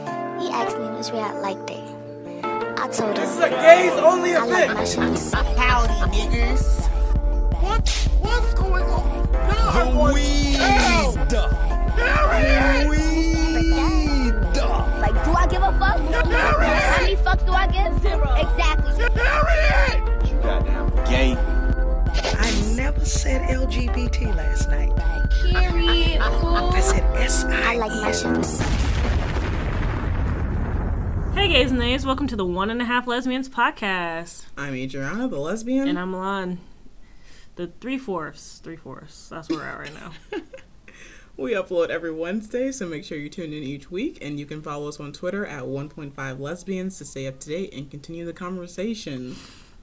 asked me which way I liked it. I told This is her a gays only I like event. my shoes. Howdy, niggas. What? What's going on? God, what- Hell, Harriet! Like, do I give a fuck? How many fucks do I give? Zero. Exactly. Harriet! Gay. I never said LGBT last night. Period. I said S I like my shoes. Hey, gays and nays, welcome to the One and a Half Lesbians podcast. I'm Adriana, the lesbian. And I'm Milan. The three fourths, three fourths. That's where we're at right now. we upload every Wednesday, so make sure you tune in each week. And you can follow us on Twitter at 1.5 lesbians to stay up to date and continue the conversation.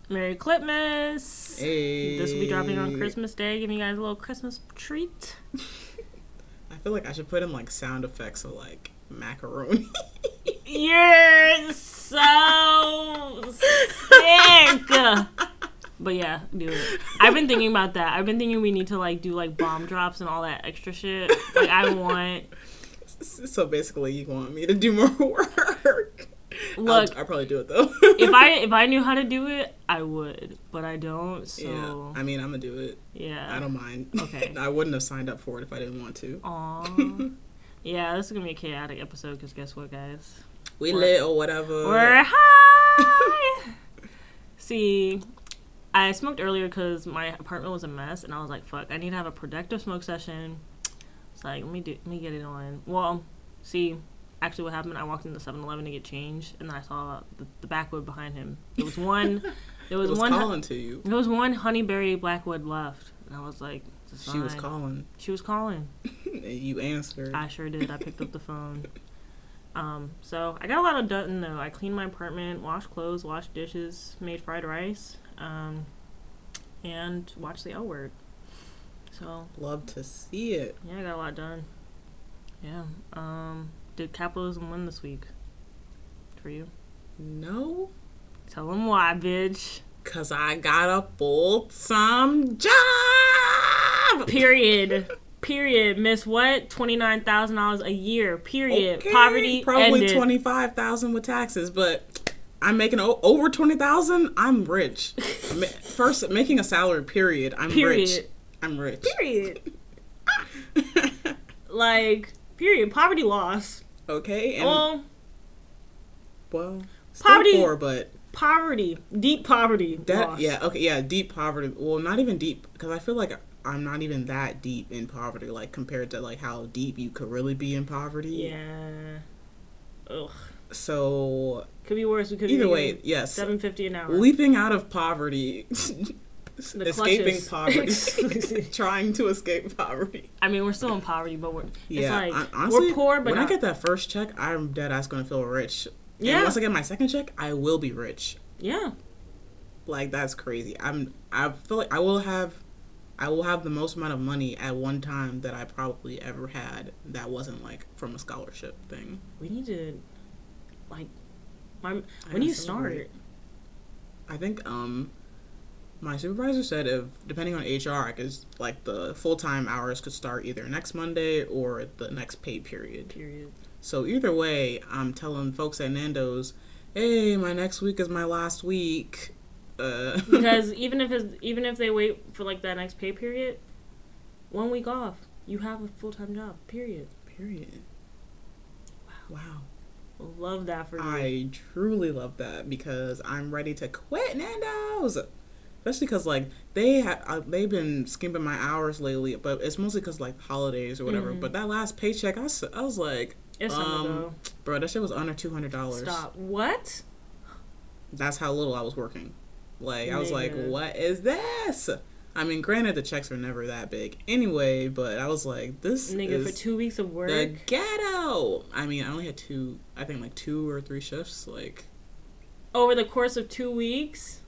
Merry Clipmas! Hey. This will be dropping on Christmas Day, giving you guys a little Christmas treat. I feel like I should put in like sound effects of like macaroni. You're so sick. But yeah, do it. I've been thinking about that. I've been thinking we need to like do like bomb drops and all that extra shit. Like I want. so basically, you want me to do more work. I'll- Look, I'll, probably do it though. if I if I knew how to do it, I would, but I don't. yeah, So I mean, I'm gonna do it. yeah, I don't mind. Okay. I wouldn't have signed up for it if I didn't want to. Aw. yeah, this is gonna be a chaotic episode because guess what, guys? We We're- lit or whatever. We're high. See, I smoked earlier because my apartment was a mess, and I was like, "Fuck, I need to have a productive smoke session." It's like, let me do, let me get it on. Well, see, actually, what happened? I walked into 7-Eleven to get changed, and I saw the, the backwood behind him. There was one. There It was, was one. calling to you. There was one honeyberry blackwood left, and I was like, it's a She was sign. calling. She was calling. And you answered. I sure did. I picked up the phone. Um, so I got a lot of done though. I cleaned my apartment, washed clothes, washed dishes, made fried rice, um, and watched the L Word. So Love to see it. yeah, I got a lot done. Yeah. Um, did capitalism win this week? For you? No, Tell them why, bitch. cause I got a full time job. Period. Period. Miss what? Twenty nine thousand dollars a year. Period. Poverty probably ended. twenty five thousand with taxes, but I'm making o- over twenty thousand. I'm rich. Ma- First, making a salary. Period. I'm rich. Period. I'm rich. Period. like period poverty loss okay, and well well, still Um, poverty- poor, but poverty deep poverty That loss. yeah okay yeah deep poverty well not even deep because I feel like I'm not even that deep in poverty like compared to like how deep you could really be in poverty yeah Ugh. so could be worse we could either be way yes 750 an hour leaping out of poverty The escaping clutches. poverty trying to escape poverty i mean we're still in poverty but we're yeah it's like hon- honestly we're poor but when not, I get that first check I'm dead ass gonna feel rich And Yeah. once I get my second check I will be rich yeah like that's crazy i'm i feel like i will have i will have the most amount of money at one time that i probably ever had that wasn't like from a scholarship thing we need to like my, gotta when do you celebrate. start i think um my supervisor said if depending on hr i could like the full-time hours could start either next monday or the next pay period period so either way i'm telling folks at nando's hey my next week is my last week uh because even if it's, even if they wait for like that next pay period one week off you have a full-time job period period wow love that for you I truly love that because I'm ready to quit Nando's, especially because like they ha- uh, they've been skimping my hours lately, but it's mostly because like holidays or whatever. Mm-hmm. But that last paycheck, I was, I was like, it's time to go um, bro, that shit was under two hundred dollars. Stop. What? That's how little I was working. Like I was like, Nigga. what is this? I mean, granted, the checks are never that big anyway, but I was like, this Nigga, is for two weeks of work. the ghetto. I mean, I only had two, I think like two or three shifts, like. Over the course of two weeks?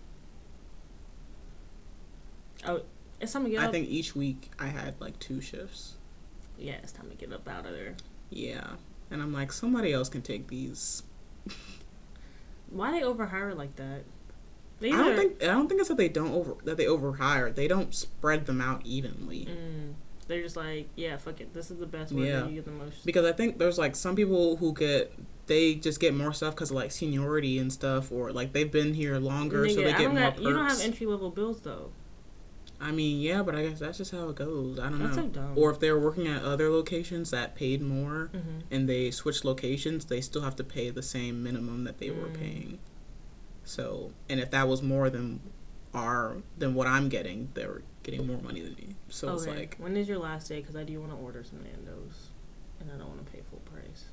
Oh, it's time to get I up. think each week I had like two shifts. yeah, it's time to get up out of there. Yeah. And I'm like, somebody else can take these. Why they overhire like that? They I don't either- think I don't think it's that they don't over that they overhire. They don't spread them out evenly. Mm, they're just like, yeah, fuck it. This is the best work. Yeah. and You get the most. Because I think there's like some people who get they just get more stuff because like seniority and stuff, or like they've been here longer, Nigga, so they I get don't more got- perks. you don't have entry level bills though. I mean, yeah, but I guess that's just how it goes. I don't That's know. so dumb. Or if they're working at other locations that paid more Mm-hmm. and they switch locations, they still have to pay the same minimum that they were Mm. paying. So, and if that was more than our than what I'm getting, they were getting more money than me. So it's okay. like, when is your last day? Because I do want to order some Nando's, and I don't want to pay full price.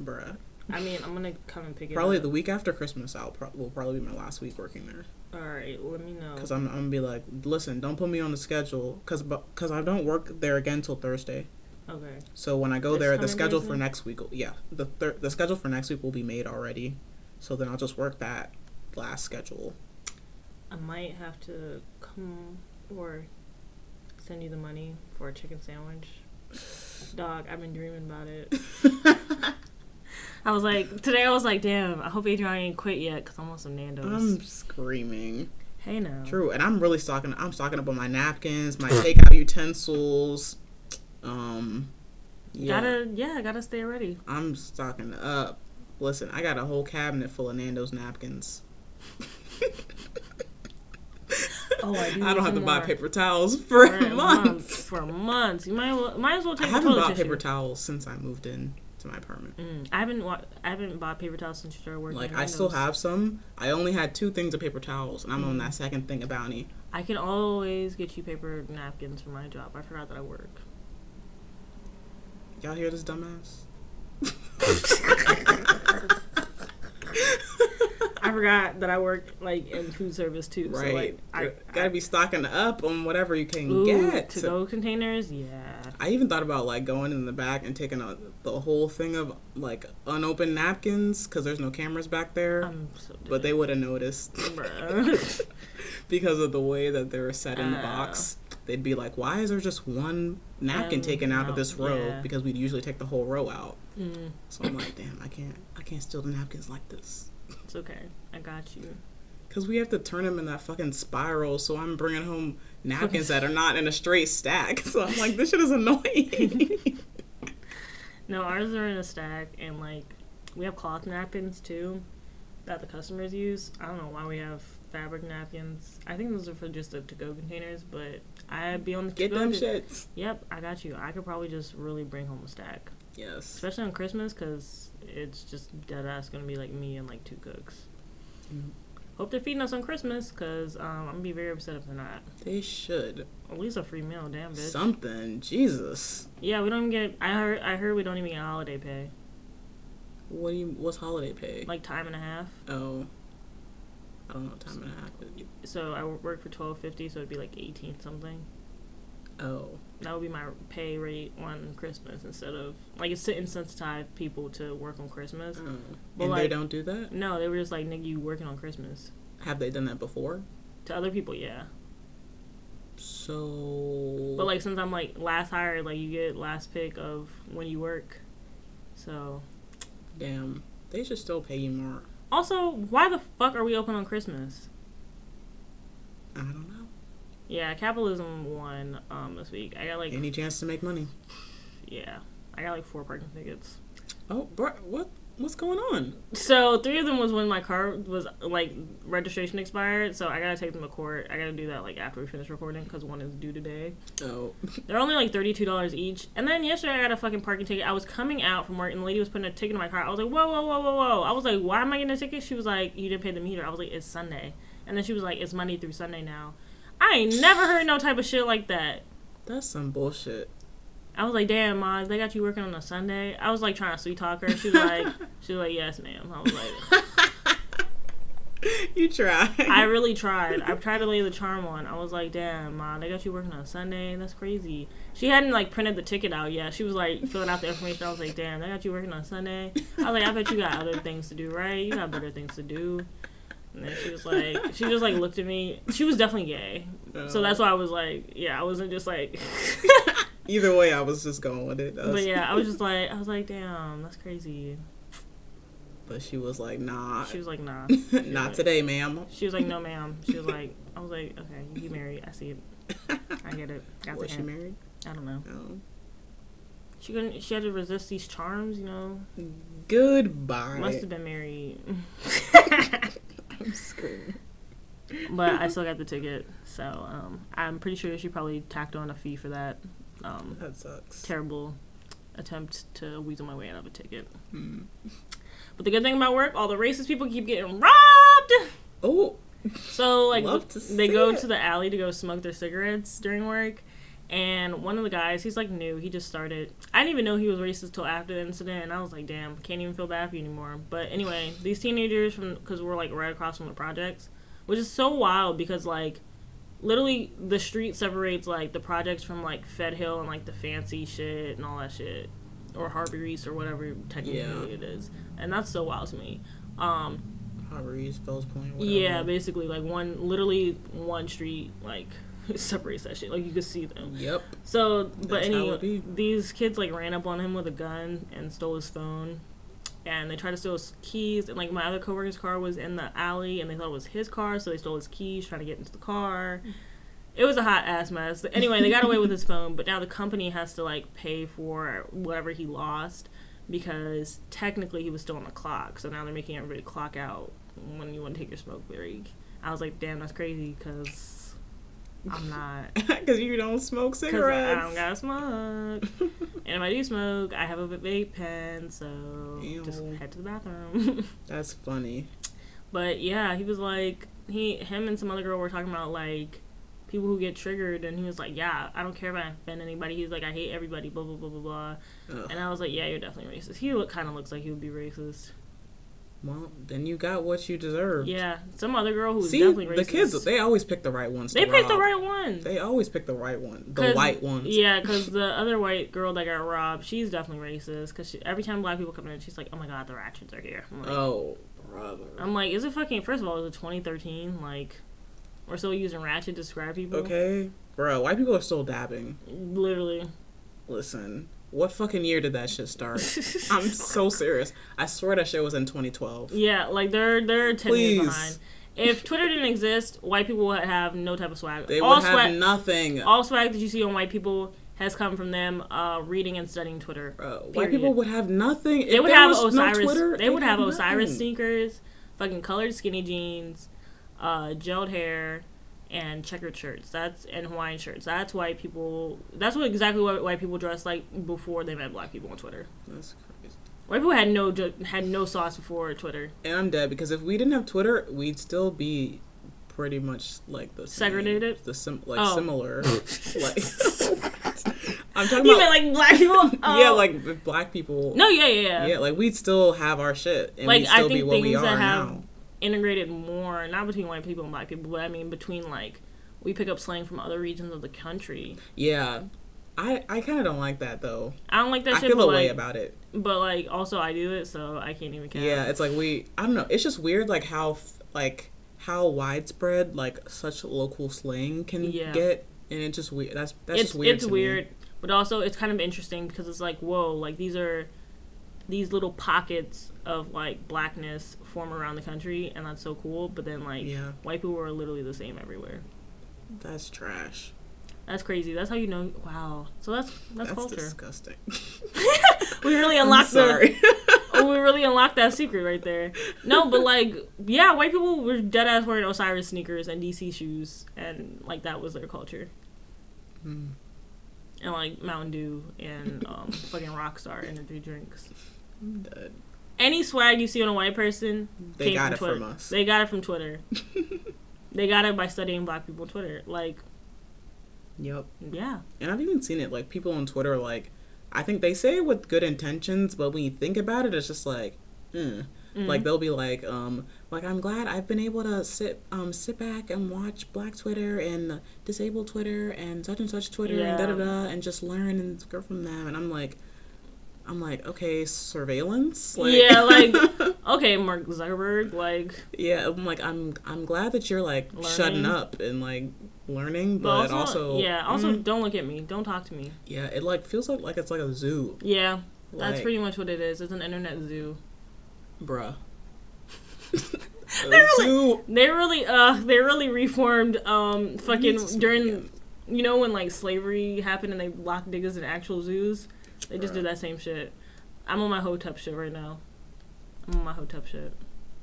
bruh. I mean, I'm gonna come and pick it Probably up. the week after Christmas, I'll pro- will probably be my last week working there. All right, let me know. Cause I'm, I'm gonna be like, listen, don't put me on the schedule, cause bu- cause I don't work there again till Thursday. Okay. So when I go This there, the coming schedule for Thursday? next week, will- yeah, the thir- the schedule for next week will be made already. So then I'll just work that last schedule. I might have to come or send you the money for a chicken sandwich. Dog, I've been dreaming about it. I was like, today I was like, damn, I hope Adrian ain't quit yet because I want some Nando's. I'm screaming. hey now. Um, True, and I'm really stocking. I'm stocking up on my napkins, my takeout utensils. Um, yeah, Gotta, yeah, gotta stay ready. I'm stocking up. Listen, I got a whole cabinet full of Nando's napkins. Oh, I do. I need don't have to some buy more. paper towels for For months. months. For months. You might, well- might as well I take the haven't toilet bought tissue. paper towels since I moved in to my apartment. Mm, I haven't, wa- I haven't bought paper towels since you started working. Like at I still Nando's. have some. I only had two things of paper towels, and I'm on Mm. that second thing of bounty. I can always get you paper napkins for my job. I forgot that I work. Y'all hear this dumbass? I forgot that I work like in food service too. So Right. like I gotta be stocking up on whatever you can Ooh, get. to go containers. Yeah, I even thought about like going in the back and taking a, the whole thing of like unopened napkins because there's no cameras back there. I'm so. Dead. but they would have noticed Bruh. because of the way that they were set in the Oh. box. They'd be like, "Why is there just one napkin Um, taken out no, of this row? yeah. Mm. Because we'd usually take the whole row out." So I'm like, "Damn, I can't, I can't steal the napkins like this." it's okay. I got you. Because we have to turn them in that fucking spiral. So I'm bringing home napkins that are not in a straight stack. So I'm like, "This shit is annoying." No, ours are in a stack, and like we have cloth napkins too that the customers use. I don't know why we have fabric napkins. I think those are for just the to-go containers, but I'd be on the Get to-go them con- shits. Yep, I got you. I could probably just really bring home a stack, Yes. especially on Christmas, because it's just dead ass gonna be like me and like two cooks. Mm-hmm. Hope they're feeding us on Christmas, cause um, I'm gonna be very upset if they're not. They should. At least a free meal, damn bitch. Something. Jesus. yeah, we don't even get. I heard. I heard we don't even get holiday pay, What do you? What's holiday pay? like time and a half. oh, I don't know what time and a half. but- So I wo- work for twelve fifty, so it'd be like eighteen something. Oh. That would be my pay rate on Christmas instead of like it's to insensitize people to work on Christmas. Oh. Mm. But, and they like- don't do that? No, they were just like, "Nigga, you working on Christmas?" Have they done that before? To other people, yeah. So. But like since I'm like last hired, like you get last pick of when you work. So Damn. They should still pay you more. also, why the fuck are we open on Christmas? I don't know. Yeah, capitalism won um this week. I got like Any chance to make money? yeah, I got like four parking tickets. Oh, bro, what? What's going on? So three of them was when my car was like registration expired. So I gotta take them to court. I gotta do that like after we finish recording because one is due today. Oh, They're only like thirty two dollars each. And then yesterday I got a fucking parking ticket. I was coming out from work and the lady was putting a ticket in my car. I was like, whoa, whoa, whoa, whoa, whoa. I was like, why am I getting a ticket? She was like, you didn't pay the meter. I was like, it's Sunday. And then she was like, it's Monday through Sunday now. I ain't never heard no type of shit like that. that's some bullshit. I was like, damn, Ma, they got you working on a Sunday. I was like trying to sweet talk her. She was like, she was like, yes, ma'am. I was like. You try. I really tried. I tried to lay the charm on. I was like, damn, ma, they got you working on Sunday. That's crazy. She hadn't like printed the ticket out yet. She was like filling out the information. I was like, damn, they got you working on Sunday. I was like, I bet you got other things to do, right? You got better things to do. And then she was like, she just like looked at me. She was definitely gay. Oh. So that's why I was like, yeah, I wasn't just like, Either way, I was just going with it. I but was- yeah, I was just like, I was like, damn, that's crazy. But she was like, nah, She was like, nah. not today, ma'am. She was like, no, ma'am. She was like, I was like, okay, you married. I see it. I get it. Got the Was she Oh. hint. married? I don't know. No. She couldn't. She had to resist these charms. You know, Goodbye. must have been married. I'm screaming. but I still got the ticket, so um, I'm pretty sure she probably tacked on a fee for that. Um, That sucks. terrible attempt to weasel my way out of a ticket. Hmm. But the good thing about work, all the racist people keep getting robbed. Oh, So like Love th- to they see go it. to the alley to go smoke their cigarettes during work, and one of the guys, he's like new, he just started. I didn't even know he was racist till after the incident, and I was like, damn, can't even feel bad for you anymore. But anyway, these teenagers from because we're like right across from the projects, which is so wild because like. Literally, the street separates like the projects from like Fed Hill and like the fancy shit and all that shit, or Harvey Reese or whatever technically Yeah. it is, and that's so wild to me. Um, Harvey's Fells Point. Whatever. yeah, basically, like one, literally one street, like separates that shit. Like you could see them. Yep. So, but That's how it anyway, be. these kids like ran up on him with a gun and stole his phone, and they tried to steal his keys. And like my other coworker's car was in the alley, and they thought it was his car, so they stole his keys trying to get into the car. It was a hot ass mess. Anyway, they got away with his phone, but now the company has to like pay for whatever he lost because technically he was still on the clock. So now they're making everybody clock out when you want to take your smoke break. I was like, damn, that's crazy because I'm not. Because you don't smoke Because I cigarettes. don't gotta smoke. and if I do smoke, I have a vape pen, so just Ew. head to the bathroom. That's funny. but yeah, he was like he him and some other girl were talking about like people who get triggered and he was like, Yeah, I don't care if I offend anybody. He's like, I hate everybody, blah blah blah blah blah. Ugh. And I was like, Yeah, you're definitely racist. He look kinda looks like he would be racist. Well, then you got what you deserve. Yeah. Some other girl who was See, definitely racist. the kids, they always pick the right ones. to They picked the rob. right one. They always pick the right one. The 'Cause- white ones. Yeah, because the other white girl that got robbed, she's definitely racist. Because every time black people come in, she's like, "Oh my god, the ratchets are here." I'm like, Oh, brother. I'm like, is it fucking? First of all, is it 2013? Like, we're still using ratchet to describe people. Okay, bro. White people are still dabbing. Literally. Listen, what fucking year did that shit start? I'm so serious. I swear that shit was in 2012. Yeah, like they're they're ten years Please. behind. If Twitter didn't exist, white people would have no type of swag. They all would have swag, nothing. all swag that you see on white people has come from them uh, reading and studying Twitter. Bro, Period. white people would have nothing. they if would there have was no Osiris. Twitter, they would they'd have nothing. Osiris sneakers, fucking colored skinny jeans, uh, gelled hair, and checkered shirts. That's and Hawaiian shirts. That's why people. That's what exactly what white people dressed like before they met black people on Twitter. That's crazy. White people had no ju- had no sauce before Twitter. And I'm dead because if we didn't have Twitter, we'd still be pretty much like the same- Segregated? the sim like Oh. similar. like I'm talking You about meant like black people? Oh. yeah, like with black people. no, yeah, yeah, yeah. yeah, like we'd still have our shit and Like, we'd I still be think what we things are that have- now. integrated more, not between white people and black people, but I mean between like we pick up slang from other regions of the country. Yeah, I I kind of don't like that though. I don't like that I shit. feel but, a way like- about it. But like, also I do it, so I can't even count. Yeah, it's like we. I don't know. It's just weird, like how f- like how widespread like such local slang can Yeah. get, and it's just weird. That's that's it's just weird. it's to me. weird, but also it's kind of interesting because it's like whoa, like these are these little pockets of like blackness form around the country, and that's so cool. But then like Yeah. white people are literally the same everywhere. That's trash. That's crazy. That's how you know. Wow. So that's that's, That's culture. disgusting. we really unlocked the Sorry. Oh, we really unlocked that secret right there. No, but like, yeah, white people were dead ass wearing Osiris sneakers and DC shoes, and like that was their culture. Hmm. And like Mountain Dew and um, fucking Rockstar energy drinks. dead. Any swag you see on a white person, They came got it Twitter. from us. They got it from Twitter. they got it by studying black people on Twitter. Like, yep. yeah, And I've even seen it like people on Twitter like, I think they say it with good intentions, but when you think about it, it's just like, mm. Mm-hmm. like they'll be like, um, like I'm glad I've been able to sit, um, sit back and watch Black Twitter and disabled Twitter and such and such Twitter and da da da and just learn and go from them. And I'm like, I'm like, okay, surveillance. Like, yeah, like okay, Mark Zuckerberg, like, yeah. I'm like, I'm I'm glad that you're like Learning. shutting up and like learning, but, also, mm, Hmm? yeah, also don't look at me, don't talk to me. yeah, it like feels like like it's like a zoo, Yeah, that's Like- pretty much what it is. It's an internet zoo. bruh. a really- zoo. They really, uh, they really reformed, um, fucking during, you know, when like slavery happened and they locked niggas in actual zoos. They just do that same shit. I'm on my hotep shit right now. I'm on my hotep shit.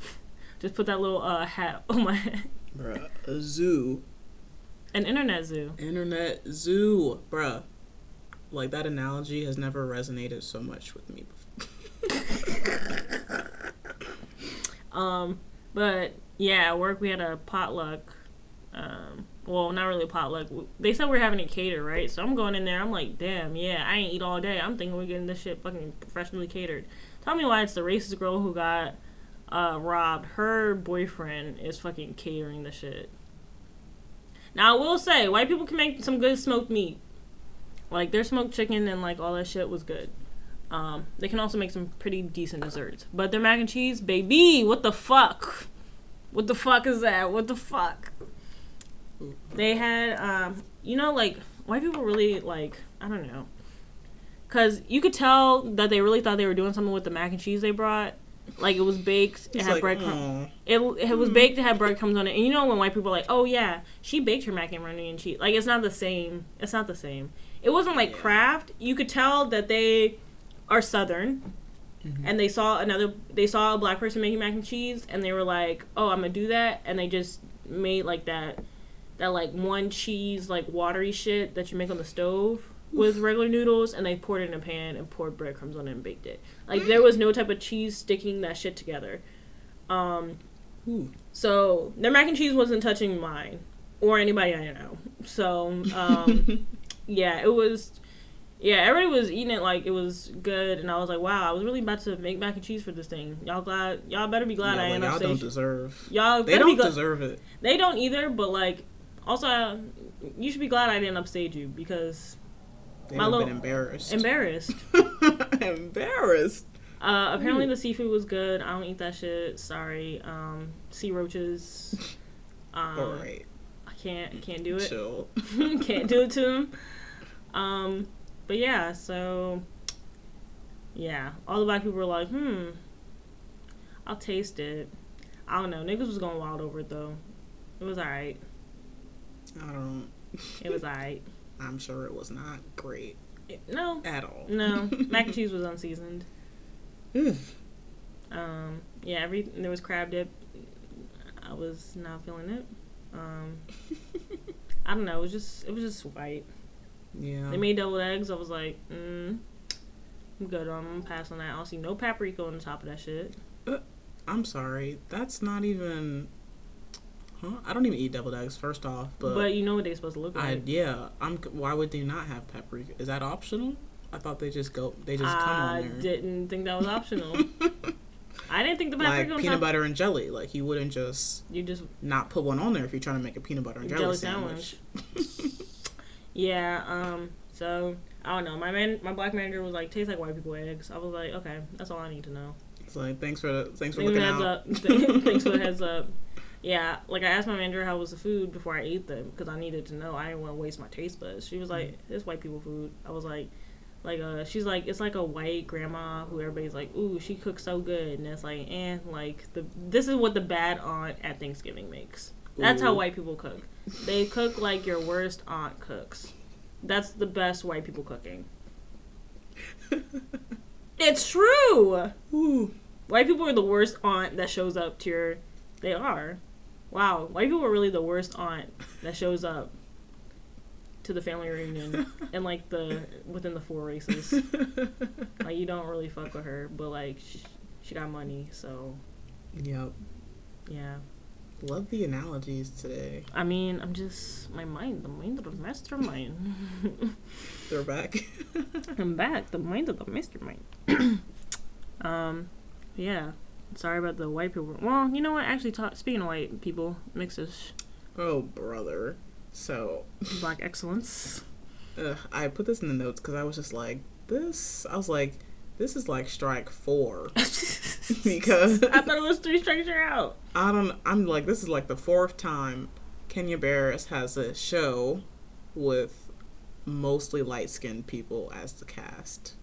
just put that little uh, hat on my head. Bruh. A zoo. An internet zoo. Internet zoo. Bruh. Like, that analogy has never resonated so much with me before. But yeah, at work we had a potluck. Um, well, not really a potluck. W- They said we are having it catered, right? So I'm going in there. I'm like, damn, yeah, I ain't eat all day. I'm thinking we're getting this shit fucking professionally catered. Tell me why it's the racist girl who got uh, robbed. Her boyfriend is fucking catering the shit. Now I will say, white people can make some good smoked meat. Like their smoked chicken and like all that shit was good. Um, they can also make some pretty decent desserts. But their mac and cheese, baby, what the fuck? What the fuck is that? What the fuck? They had, um, you know, like white people really like I don't know, cause you could tell that they really thought they were doing something with the mac and cheese they brought. Like it was baked, it It's had like, mm. breadcrumbs. aw. It, it was baked, it had breadcrumbs on it. And you know when white people are like, oh yeah, she baked her macaroni and cheese. Like it's not the same. It's not the same. It wasn't like craft. You could tell that they are southern. And they saw another. They saw a black person making mac and cheese, and they were like, "Oh, I'm gonna do that." And they just made like that, that like one cheese like watery shit that you make on the stove with regular noodles, and they poured it in a pan and poured breadcrumbs on it and baked it. Like there was no type of cheese sticking that shit together. Ooh. So their mac and cheese wasn't touching mine or anybody I know. So um, yeah, it was. Yeah, everybody was eating it like it was good, and I was like, "Wow, I was really about to make mac and cheese for this thing." Y'all glad? Y'all better be glad Yeah, I like, ain't y'all don't upstage. deserve. Y'all They better be don't glad. deserve it. They don't either, but like, also, uh, you should be glad I didn't upstage you because They My have little- been embarrassed. embarrassed. embarrassed. Uh, apparently the seafood was good. I don't eat that shit. Sorry. Um, sea roaches. Um, All right. I can't can't do it. Chill. can't do it to him. Um, but yeah, so yeah, all the black people were like, hmm, I'll taste it. I don't know. Niggas was going wild over it though. It was alright. I don't. It was alright. I'm sure it was not great No, at all. no, mac and cheese was unseasoned. Ugh. Um, yeah, every there was crab dip. I was not feeling it. Um, I don't know. It was just it was just white. yeah. They made deviled eggs. I was like, mm, I'm good. I'm gonna pass on that. I don't see no paprika on the top of that shit. Uh, I'm sorry. That's not even. Huh? I don't even eat deviled eggs. First off, but, But you know what they're supposed to look I like. yeah. I'm. Why would they not have paprika? Is that optional? I thought they just go. They just come I, on there. didn't think that was optional. I didn't think the Like paprika on peanut top. butter and jelly. Like you wouldn't just You just not put one on there if you're trying to make a peanut butter and jelly, jelly sandwich. sandwich. yeah. Um. So I don't know. My man, my black manager was like, tastes like white people eggs. I was like, okay, that's all I need to know. It's like thanks for the thanks for Thanks for looking the heads out. up. Thanks for the heads up. Yeah, like I asked my manager how was the food before I ate them because I needed to know. I didn't want to waste my taste buds. She was like, Mm. "It's white people food." I was like, "Like uh," she's like, "It's like a white grandma who everybody's like, ooh, she cooks so good," and it's like, and like the this is what the bad aunt at Thanksgiving makes. That's how Ooh. white people cook. They cook like your worst aunt cooks. That's the best white people cooking. it's true. Ooh. White people are the worst aunt that shows up to your. They are. Wow. White people are really the worst aunt that shows up to the family reunion and like the within the four races. like you don't really fuck with her, but like she, she got money, so Yep. yeah. Love the analogies today. I mean, I'm just my mind, the mind of the mastermind. They're back. I'm back, the mind of the mastermind. um, yeah. Sorry about the white people. Well, you know what? Actually, talk, speaking of white people, mixes oh brother. So black excellence. Ugh, I put this in the notes because I was just like, this. I was like, this is like strike four because I thought it was three strikes you're out. I don't. I'm like, this is like the fourth time Kenya Barris has a show with mostly light skinned people as the cast.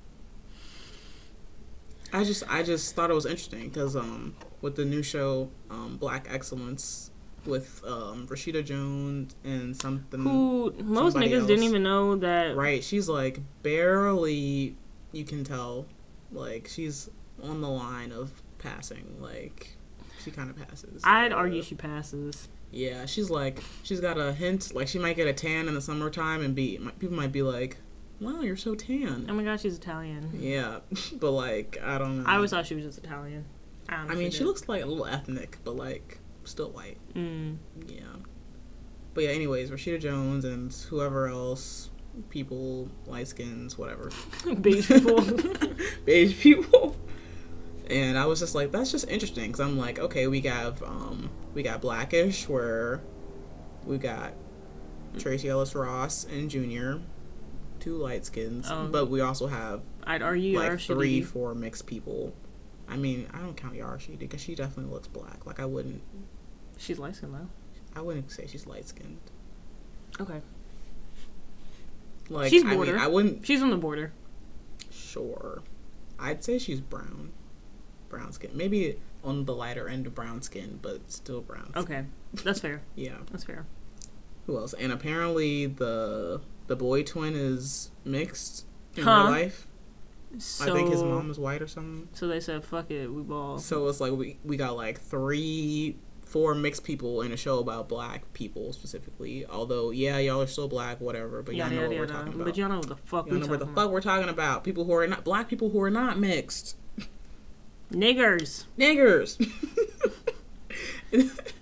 I just, I just thought it was interesting because um, with the new show, um, Black Excellence, with um, Rashida Jones and something Who most Hmm. Somebody niggas else. didn't even know that Right, she's like barely you can tell, like she's on the line of passing. Like she kind of passes. I'd argue she passes. Yeah, she's like she's got a hint. Like she might get a tan in the summertime, and be might, people might be like, "Wow, you're so Oh tan." my god, she's Italian. Yeah, but like I don't know. I always thought she was just Italian. I, don't know I if mean, she did. looks like a little ethnic, but like still white. Mm. Yeah. But yeah, anyways, Rashida Jones and whoever else, people, light skins, whatever. Beige people. Beige people. And I was just like, that's just interesting because I'm like, okay, we got um, we got Blackish where we got Tracy Ellis Ross and Junior, two light skins, Um, E but we also have I'd argue like or she three, did. four mixed people. I mean, I don't count E Yarshidi because she definitely looks black. Like I wouldn't, She's light skinned though. I wouldn't say she's light skinned. Okay. Like She's I mean, border. I wouldn't She's on the border. Sure. I'd say she's brown. Brown skin. Maybe on the lighter end of brown skin, but still brown. skin. Okay. That's fair. Yeah. That's fair. Who else? And apparently the the boy twin is mixed in Huh. real life. So, I think his mom is white or something. So they said, fuck it, we ball. So it's like we we got like three four mixed people in a show about black people specifically. Although yeah, y'all are still black, whatever, but y'all Yada, know what yada, we're yada. talking about. But y'all know what the fuck Y'all we know what the talking fuck we're talking about. People who are not black people who are not mixed. about. Niggers. Niggers.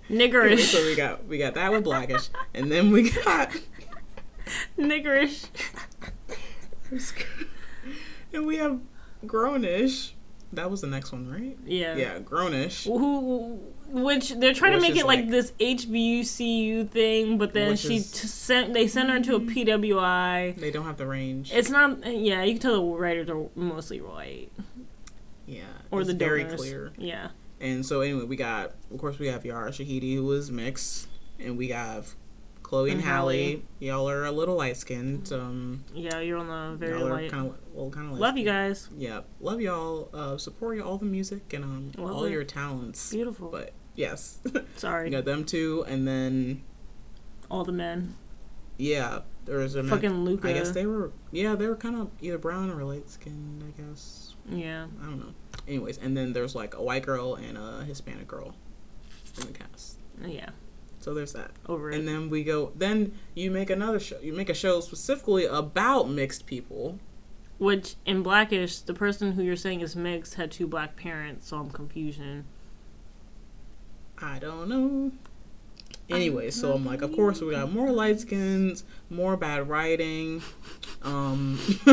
Niggerish. so we got we got that with blackish, and then we got Niggerish. and we have grownish. That was the next one, right? Yeah. Yeah, grownish. Who, which they're trying Which to make is it like, like- this HBUCU thing, but then Which she is- t- sent they sent her into a PWI. They don't have the range. It's not. Yeah, you can tell the writers are mostly white yeah, or it's the very donors. clear. Yeah, And so anyway, we got of course we have Yara Shahidi who is mixed, and we have Chloe and, And Hallie. Hallie. Y'all are a little light skinned. Um, yeah, you're on the very y'all are light. kind of well, kind of Love you guys. Yeah, love y'all. Uh, support all the music and um, Love all it. your talents. Beautiful. But yes, Sorry, you got them two, and then all the men. Yeah, there's a Fucking Luca. I guess they were. Yeah, they were kind of either brown or light skinned. I guess Yeah, I don't know. Anyways, and then there's like a white girl and a Hispanic girl in the cast. yeah. So there's that. Over it. And then we go. Then you make another show. You make a show specifically about mixed people. Which in Blackish, the person who you're saying is mixed had two black parents, so I'm confusion. I don't know. Anyway, so I'm like, of course we got more light skins, more bad writing. Um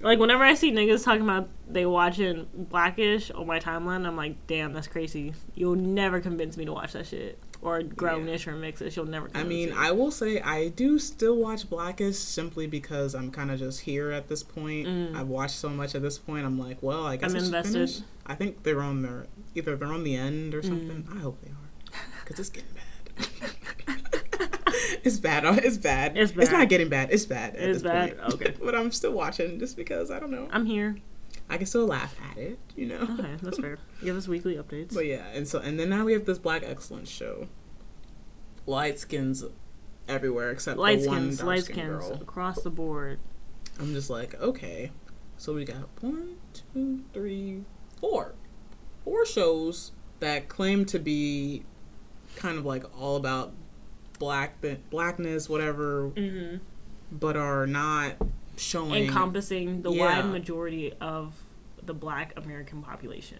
Like whenever I see niggas talking about they watching Blackish on my timeline, I'm like, damn, that's crazy. You'll never convince me to watch that shit or Grownish or Mixish. You'll never. I Convince mean, me. I will say I do still watch Blackish simply because I'm kind of just here at this point. I've watched so much at this point. I'm like, well, I guess Mm. I'm it's invested. finished. I think they're on their either they're on the end or something. Mm. I hope they are because it's getting bad. it's bad. It's bad. It's It's bad. not getting bad. It's bad. at It's this bad? point. Okay. but I'm still watching just because I don't know. I'm here. I can still laugh at it. You know. Okay, that's fair. Give us weekly updates. But yeah, and so and then now we have this black excellence show. Light skins everywhere except light the one skins, dark light skin skins girl. across the board. I'm just like, okay. So we got one, two, three, four. Four shows that claim to be kind of like all about black blackness, whatever, Mm-hmm. but are not showing Encompassing the Yeah. wide majority of the black American population.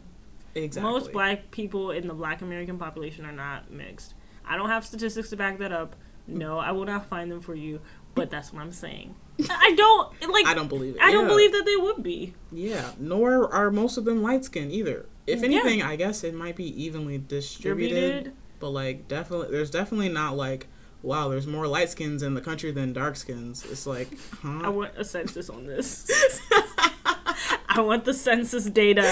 exactly Most black people in the black American population are not mixed. I don't have statistics to back that up. No, I will not find them for you, but that's what I'm saying. I I don't like I don't believe it. I don't Yeah. believe that they would be. Yeah, nor are most of them light skinned either. If anything, I guess it might be evenly distributed. Distributed. But like definitely there's definitely not like wow, there's more light skins in the country than dark skins. It's like huh? I want a census on this. I want the census data.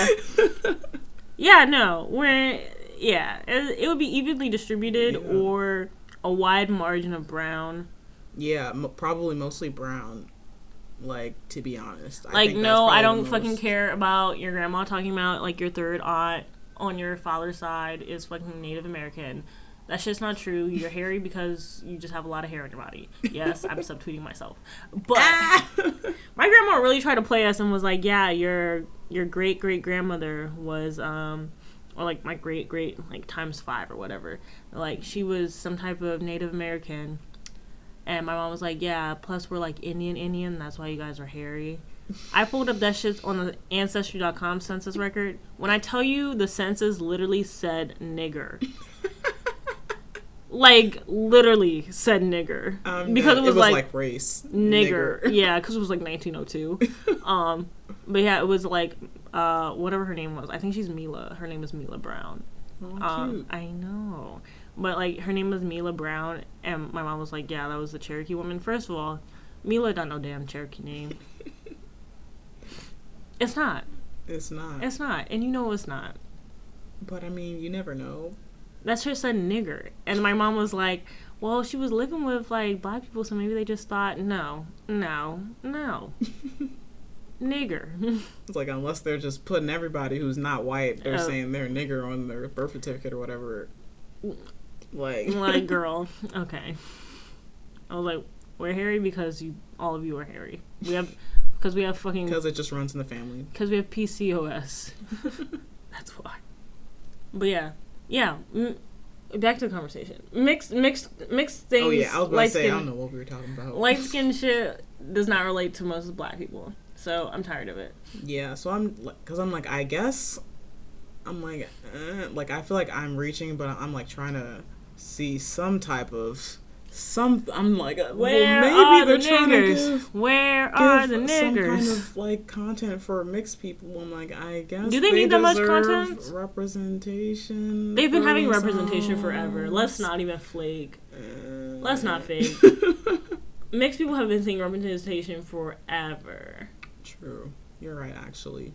Yeah, no, we're yeah. It, it would be evenly distributed Yeah. or a wide margin of brown. yeah, m- probably mostly brown. Like to be honest. I Like think that's no, I probably don't the fucking most- care about your grandma talking about like your third aunt on your father's side is fucking Native American. That shit's not true. You're hairy because you just have a lot of hair on your body. Yes, I'm subtweeting myself. But my grandma really tried to play us and was like, "Yeah, your your great great grandmother was um or like my great great like times 5 or whatever. Like she was some type of Native American." And my mom was like, "Yeah, plus we're like Indian Indian, that's why you guys are hairy." I pulled up that shit on the ancestry.com census record. When I tell you the census literally said nigger. like literally said nigger Um, because no, it was, like race nigger. Yeah, because it was like 1902. um, but yeah, it was like uh, whatever her name was. I think she's Mila. Her name is Mila Brown. Oh, Um, cute. I know, but like her name was Mila Brown, and my mom was like, "Yeah, that was the Cherokee woman." First of all, Mila don't no damn Cherokee name. it's not. it's not. It's not, and you know it's not. but I mean, you never know. That's her son nigger, and my mom was like. Well, she was living with like black people, so maybe they just thought, no, no, no, nigger. It's like unless they're just putting everybody who's not white, they're Oh. saying they're nigger on their birth certificate or whatever. Like, like girl okay i was like we're hairy because you all of you are hairy we have because we have fucking because it just runs in the family. because we have pcos that's why but yeah yeah m- back to the conversation mixed mixed mixed things Oh yeah, I was about to say I light-skinned- don't know what we were talking about. light skin shit does not relate to most black people so i'm tired of it Yeah, so I'm because I'm like I guess I'm like eh, like I feel like I'm reaching, but I'm like trying to see some type of some. I'm like uh, where well are maybe they're the trying to niggers give, where are give Ah, the some niggers kind of like content for mixed people. I'm like I guess Do they need that much deserve content? representation? They've been for having representation forever. Let's themselves. not even flake. Uh, Let's not fake. Mixed people have been seeing representation forever. True, you're right. Actually,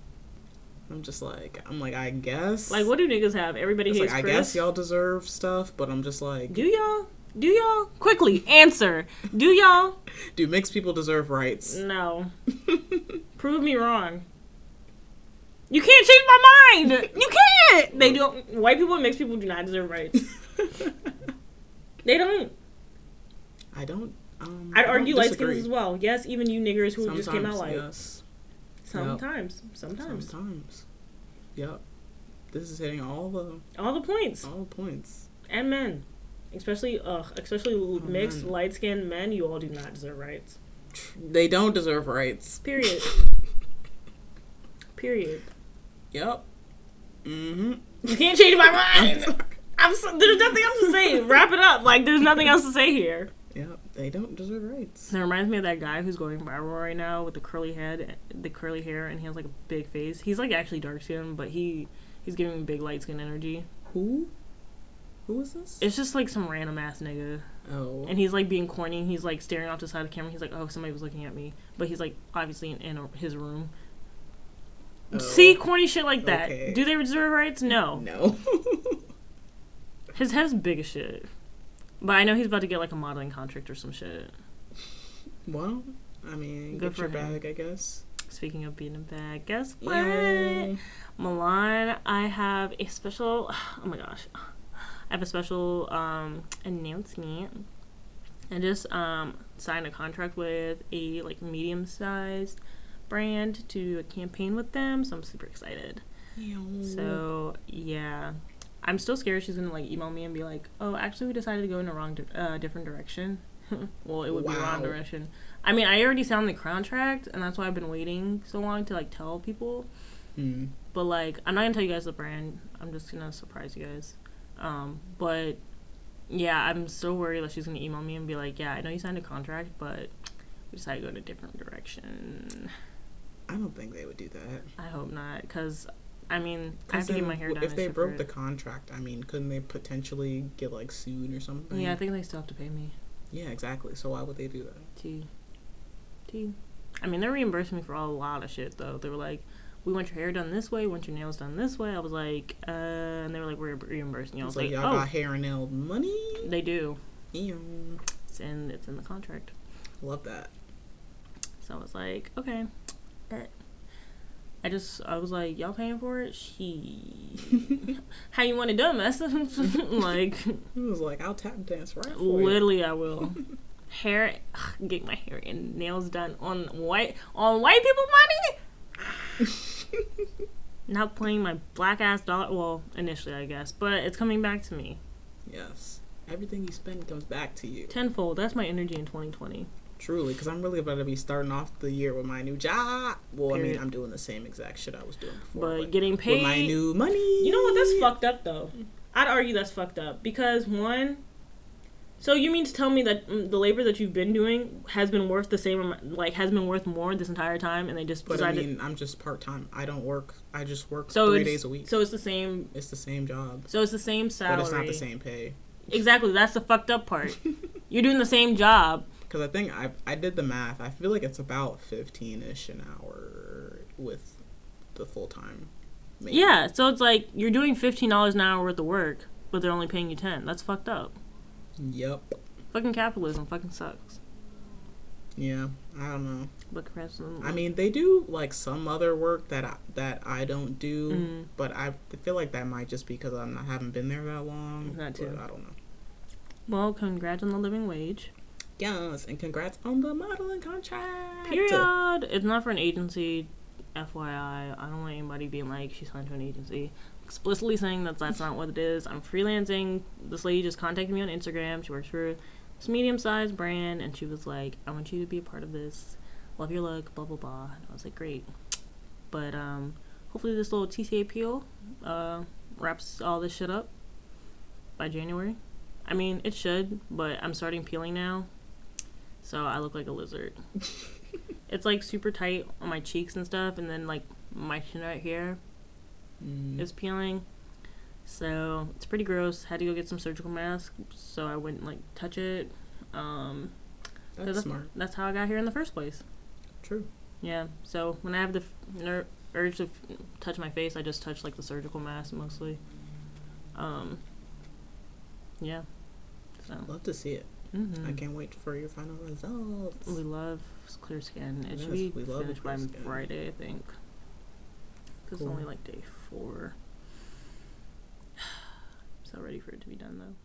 I'm just like I'm like I guess Like, what do niggas have? Everybody It's like, hates I Chris. guess y'all deserve stuff, but I'm just like, do y'all? Do y'all? Quickly answer. Do y'all? do mixed people deserve Mm. rights? No. Prove me wrong. You can't change my mind. You can't. They don't. White people and mixed people do not deserve rights. They don't. I don't. Um, I'd argue don't light skins as disagree. well. Yes, even you niggers who just came out Sometimes, light. Yes, Sometimes, sometimes, sometimes. Yep. This is hitting all the all the points all the points. and men, especially uh, especially mixed man. light skinned men, you all do not deserve rights. They don't deserve rights. Period. Period. Yep. Mm-hmm. You can't change my mind. I'm so, there's nothing else to say. Wrap it up. Like there's nothing else to say here. Yep. They don't deserve rights. It reminds me of that guy who's going viral right now with the curly head, the curly hair, and he has like a big face. He's like actually dark skinned, but he he's giving me big light skin energy. Who? Who is this? It's just like some random ass nigga. oh. and he's like being corny. He's like staring off to the side of the camera. He's like, "Oh, somebody was looking at me," but he's like obviously in, in his room. oh, See, corny shit like that. Okay. Do they deserve rights? No. No. His head's big as shit. But I know he's about to get like a modeling contract or some shit. well, I mean, Good get for your him. bag, I guess. Speaking of being a bad, guess what? Yeah. Milan, I have a special. Oh my gosh, I have a special um, announcement. I just um, signed a contract with a like medium-sized brand to do a campaign with them, so I'm super excited. So yeah, I'm still scared she's gonna like email me and be like, "Oh, actually, we decided to go in a wrong, di- uh, different direction." well, it would be wrong Wow. direction. I mean, I already signed the contract, and that's why I've been waiting so long to like tell people. Mm. But like, I'm not gonna tell you guys the brand. I'm just gonna surprise you guys. Um, but yeah, I'm still worried that she's gonna email me and be like, "Yeah, I know you signed a contract, but we decided to go in a different direction." I don't think they would do that. I hope not, because I mean, I have to get then my hair w- done. If and they shit broke for the it. contract, I mean, couldn't they potentially get like sued or something? yeah, I think they still have to pay me. yeah, exactly. So why would they do that? T. T. I mean, they're reimbursing me for a lot of shit, though. They were like, we want your hair done this way, we want your nails done this way. I was like, uh, and they were like, we're reimbursing you. I was It's like, like, y'all oh, got hair and nail money. they do. Damn, It's in, it's in the contract. love that. So I was like, okay. bet. Eh. I just I was like, y'all paying for it? She, how you want it done, mess? like He was like, I'll tap dance right for you. literally, I will. Hair, ugh, get my hair and nails done on white on white people money. Not playing my black ass dollar. Well, initially, I guess, but it's coming back to me Yes. Everything you spend comes back to you. tenfold. That's my energy in 2020. Truly, because I'm really about to be starting off the year with my new job. Well, I mean, Period. I'm doing the same exact shit I was doing before. But getting paid. with my new money. You know what? That's fucked up, though. I'd argue that's fucked up because one. So you mean to tell me that mm, the labor that you've been doing has been worth the same, amo- like has been worth more this entire time, and they just But I decided. mean, I'm just part time. I don't work. I just work so three it's, days a week. So it's the same. it's the same job, So it's the same salary. but it's not the same pay. Exactly. That's the fucked up part. You're doing the same job. Because I think I I did the math. I feel like it's about fifteen ish an hour with the full time. Yeah. So it's like you're doing fifteen dollars an hour worth of work, but they're only paying you ten. That's fucked up. Yep. Fucking capitalism. Fucking sucks. Yeah. I don't know. But capitalism. I mean, they do like some other work that I, that I don't do, Mm-hmm. but I feel like that might just be because I'm not haven't been there that long. That too. but I don't know. well, congrats on the living wage. Yes, and congrats on the modeling contract. Period. It's not for an agency, FYI. I don't want anybody being like she signed to an agency. Explicitly saying that that's not what it is. I'm freelancing. This lady just contacted me on Instagram. She works for this medium-sized brand, and she was like, "I want you to be a part of this. Love your look. Blah blah blah." And I was like, "Great." But um, hopefully this little TCA appeal uh, wraps all this shit up by January. I mean, it should, but I'm starting peeling now, so I look like a lizard it's like super tight on my cheeks and stuff, and then like my chin right here Mm, is peeling. So it's pretty gross. Had to go get some surgical mask so I wouldn't like touch it. Um, so That's smart. That's how I got here in the first place. True. Yeah. So when I have the f- ner- urge to f- touch my face, I just touch like the surgical mask mostly. Um. Yeah. So Love to see it. mhm. I can't wait for your final results. We love clear skin. It should be Yes, we love finished clear by skin. Friday, I think. 'Cause it's Cool. only like day four. so ready for it to be done though.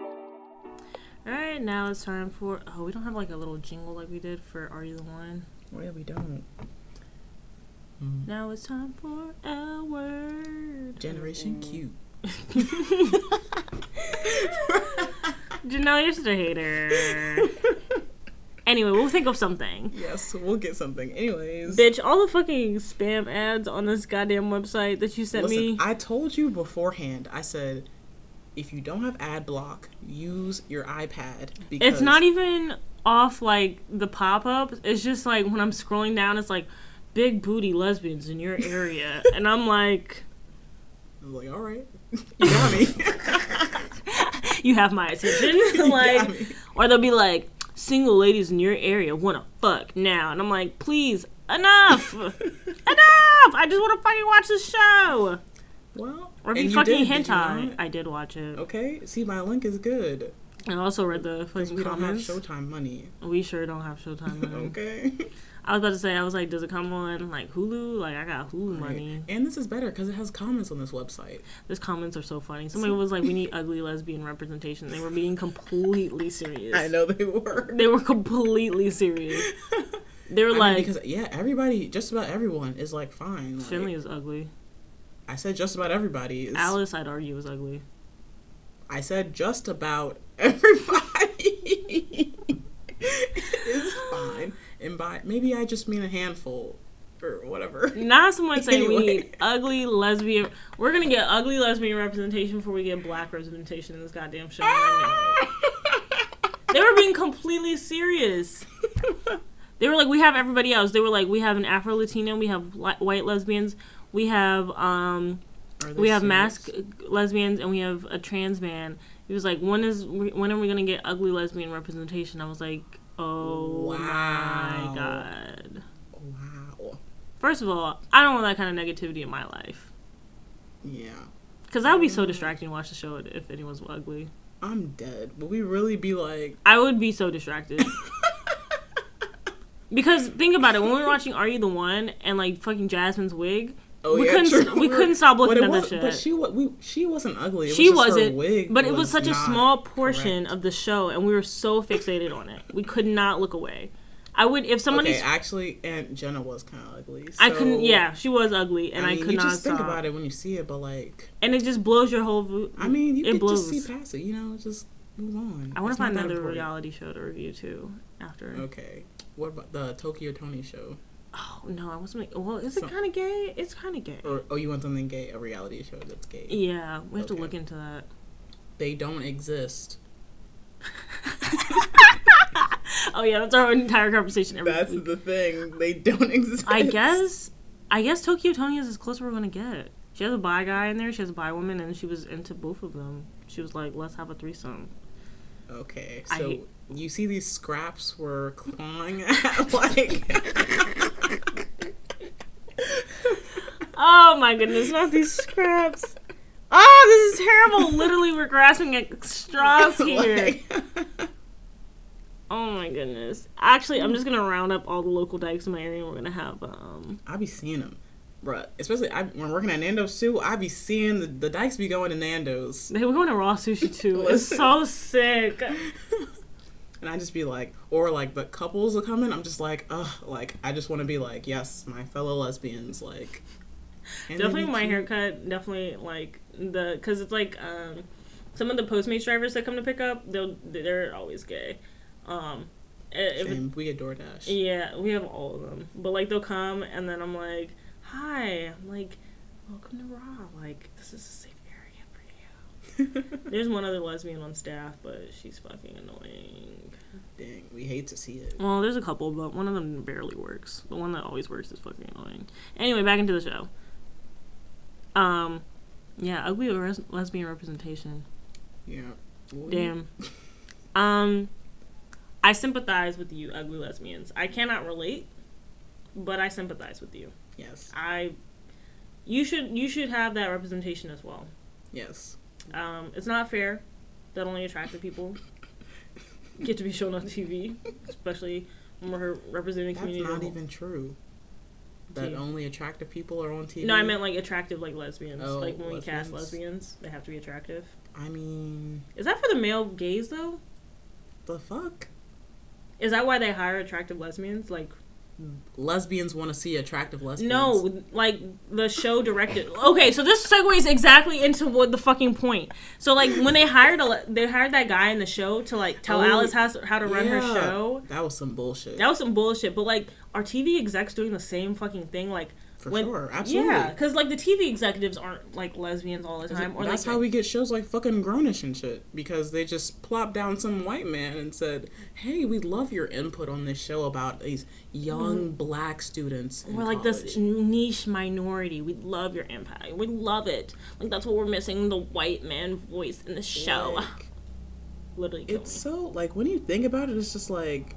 All right, now it's time for. Oh, we don't have like a little jingle like we did for Are You the One. Oh yeah, we don't. Now it's time for L word. Generation Q. Mm. Janelle, you're such a hater. anyway, we'll think of something. Yes, we'll get something. Anyways, Bitch, all the fucking spam ads on this goddamn website that you sent listen. me. I told you beforehand. I said, if you don't have ad block, use your iPad. Because it's not e- even off like the pop ups. It's just like when I'm scrolling down, it's like big booty lesbians in your area. and I'm like, I was like, all right, you got me. you have my attention. like, me. or they'll be like, single ladies in your area wanna fuck now. And I'm like, please, enough! enough! I just wanna fucking watch the show! well, Or and be you fucking did, did you hentai. not? Oh. I did watch it. Okay, see, my link is good. I also read the Because fucking we don't have Oh. comments. Mm-hmm. Showtime money. we sure don't have Showtime. man. Okay. I was about to say, I was like, does it come on like Hulu? Like, I got Hulu money. And this is better because it has comments on this website. These comments are so funny. Somebody was like, we need ugly lesbian representation. They were being completely serious. know they were. They were completely serious. They were like, because yeah, everybody, just about everyone is like fine. Like, Finley is ugly. I said just about everybody. Is, Alice, I'd argue, is ugly. I said just about everybody is fine. And by maybe I just mean a handful or whatever. Not someone saying we Anyway. need ugly lesbian. We're gonna get ugly lesbian representation before we get black representation in this goddamn show. Ah! I know it. they were being completely serious. They were like, we have everybody else. They were like, we have an Afro Latina, we have li- white lesbians, we have um, Are they we have serious? mask lesbians, and we have a trans man. He was like, when is when are we gonna get ugly lesbian representation? I was like, oh Wow. my god. Wow. First of all, I don't want that kind of negativity in my life. Yeah. Because that would be so distracting to watch the show if anyone's ugly. I'm dead. But we really be like, I would be so distracted. because think about it, when we were watching Are You the One and like fucking Jasmine's wig, oh We yeah, couldn't- true. we couldn't stop But looking it at that was- shit. But she wa- we she wasn't ugly. It she was just her wasn't. wig but it was such a not small portion correct. of the show, and we were so fixated on it, we could not look away. I would if somebody's. Okay, actually, Aunt Jenna was kind of ugly. I so- couldn't. Yeah, she was ugly, and I, I mean, could you not just think stop. about it when you see it, but like, and it just blows your whole. vo- I mean, you it can blows. just see past it. You know, just move on. I want to It's not find that another important. reality show to review too. After Okay, what about the Tokyo Tony show? oh no, I want something. Well, is it Some- kind of gay? It's kind of gay. Or oh, you want something gay? A reality show that's gay? Yeah, we have to Okay. look into that. They don't exist. Oh yeah, that's our entire conversation every That's week. the thing. They don't exist. I guess, I guess Tokyo Tony is as close as we're gonna get. She has a bi guy in there. She has a bi woman, and she was into both of them. She was like, "Let's have a threesome." Okay, I- so you see these scraps were clawing at like. Oh my goodness, not these scraps. Oh, this is terrible. Literally, we're grasping at straws here. like- Oh my goodness. Actually, I'm just gonna round up all the local dykes in my area. and We're gonna have um. I be seeing them, bruh. Especially I, when working at Nando's too. I be seeing the, the dykes be going to Nando's, Hey, we're going to raw sushi too. It's so sick. and I just be like, or like the couples are coming. I'm just like, ugh, like I just want to be like, yes, my fellow lesbians, like. and they Definitely be my cute. haircut. Definitely like the because it's like um some of the Postmates drivers that come to pick up they'll they're always gay. Um, if it- And we adore Dash. Yeah, we have all of them. But like they'll come and then I'm like, "Hi." I'm like, "Welcome to Raw." Like, this is a safe area for you. There's one other lesbian on staff, but she's fucking annoying. Dang, we hate to see it. Well, there's a couple, but one of them barely works. The one that always works is fucking annoying. Anyway, back into the show. Um, yeah, ugly res- lesbian representation. Yeah. Well, Damn. Um, I sympathize with you, ugly lesbians. I cannot relate, but I sympathize with you. Yes. I, you should you should have that representation as well. Yes. Um, it's not fair that only attractive people get to be shown on TV, especially when we're representing That's community. not level. even true. That Gee. only attractive people are on TV. No, I meant like attractive, like lesbians. Oh, like when we cast lesbians. lesbians, they have to be attractive. I mean, Is that for the male gays though? the fuck. Is that why they hire attractive lesbians? Like Lesbians want to see attractive lesbians. No, like the show directed. Okay, so this segues exactly into what the fucking point. So like when they hired a, le- they hired that guy in the show to like tell Oh, Alice how, how to run her Yeah. show. That was some bullshit. That was some bullshit. But like, are TV execs doing the same fucking thing? Like, For when- sure, absolutely. yeah, because like the TV executives aren't like lesbians all the time. Or That's like, how we get shows like fucking Grownish and shit because they just plopped down some white man and said, "Hey, we love your input on this show about these young black students." In We're Mm-hmm. like this college." niche minority. We love your impact. We love it. Like that's what we're missing—the white man voice in the show. Like, Literally, kill it's me. so like when you think about it, it's just like,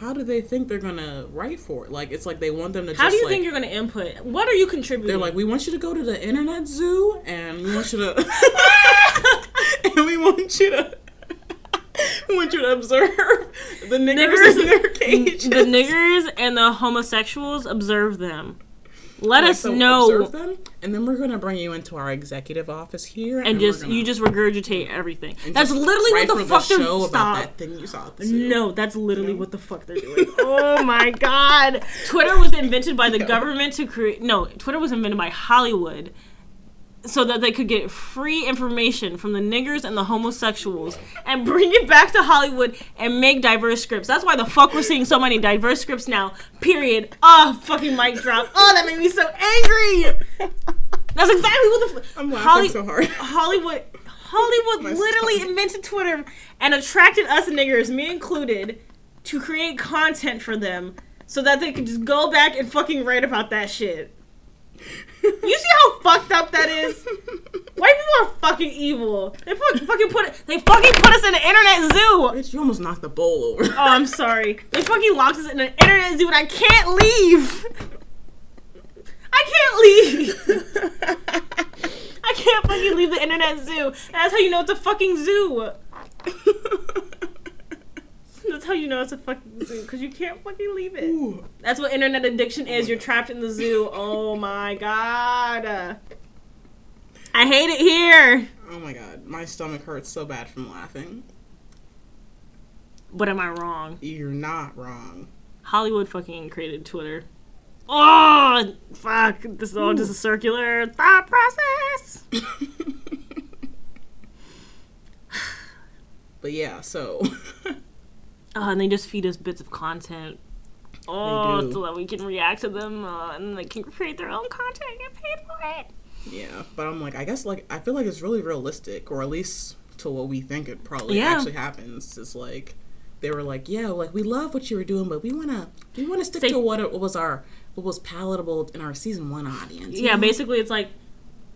how do they think they're gonna write for it? Like it's like they want them to. How just, do you like, think you're going to input? What are you contributing? They're like, we want you to go to the internet zoo, and we want you to, and we want you to, we want you to observe the niggers, Niggers. in their cages. the niggers and the homosexuals observe them. Let Like, us so know Observe them, and then we're gonna bring you into our executive office here, and we're just gonna you just regurgitate everything. just That's literally write what the for fuck they're show about stop. that thing you saw. At the zoo. No, that's literally what the fuck they're doing. oh my god. Twitter was invented by the government to create No, Twitter was invented by Hollywood so that they could get free information from the niggers and the homosexuals and bring it back to Hollywood and make diverse scripts. That's why the fuck we're seeing so many diverse scripts now. Period. Oh, fucking mic drop. Oh, that made me so angry. That's exactly what the f- I'm laughing Holly- so hard. Hollywood My Hollywood literally stomach. invented Twitter and attracted us niggers, me included, to create content for them so that they could just go back and fucking write about that shit. You see how fucked up that is? White people are fucking evil. They put, fucking put they fucking put us in an internet zoo. Bitch, you almost knocked the bowl over. Oh, I'm sorry. They fucking locked us in an internet zoo and I can't leave. you leave the internet zoo. That's how you know it's a fucking zoo. That's how you know it's a fucking zoo because you can't fucking leave it. That's what internet addiction is. You're trapped in the zoo. Oh my god. I hate it here. Oh my god, my stomach hurts so bad from laughing. But am I wrong? You're not wrong. Hollywood fucking created Twitter. Oh fuck! This is all just a circular thought process. But yeah, so Oh, and they just feed us bits of content. Oh, do. so that we can react to them uh, and they can create their own content and get paid for it. yeah, but I'm like, I guess like I feel like it's really realistic, or at least to what we think it probably Yeah. actually happens. It's like they were like, yeah, like we love what you were doing, but we wanna we wanna stick Say- to what, it, what was our what was palatable in our season one audience. Yeah, basically, it's like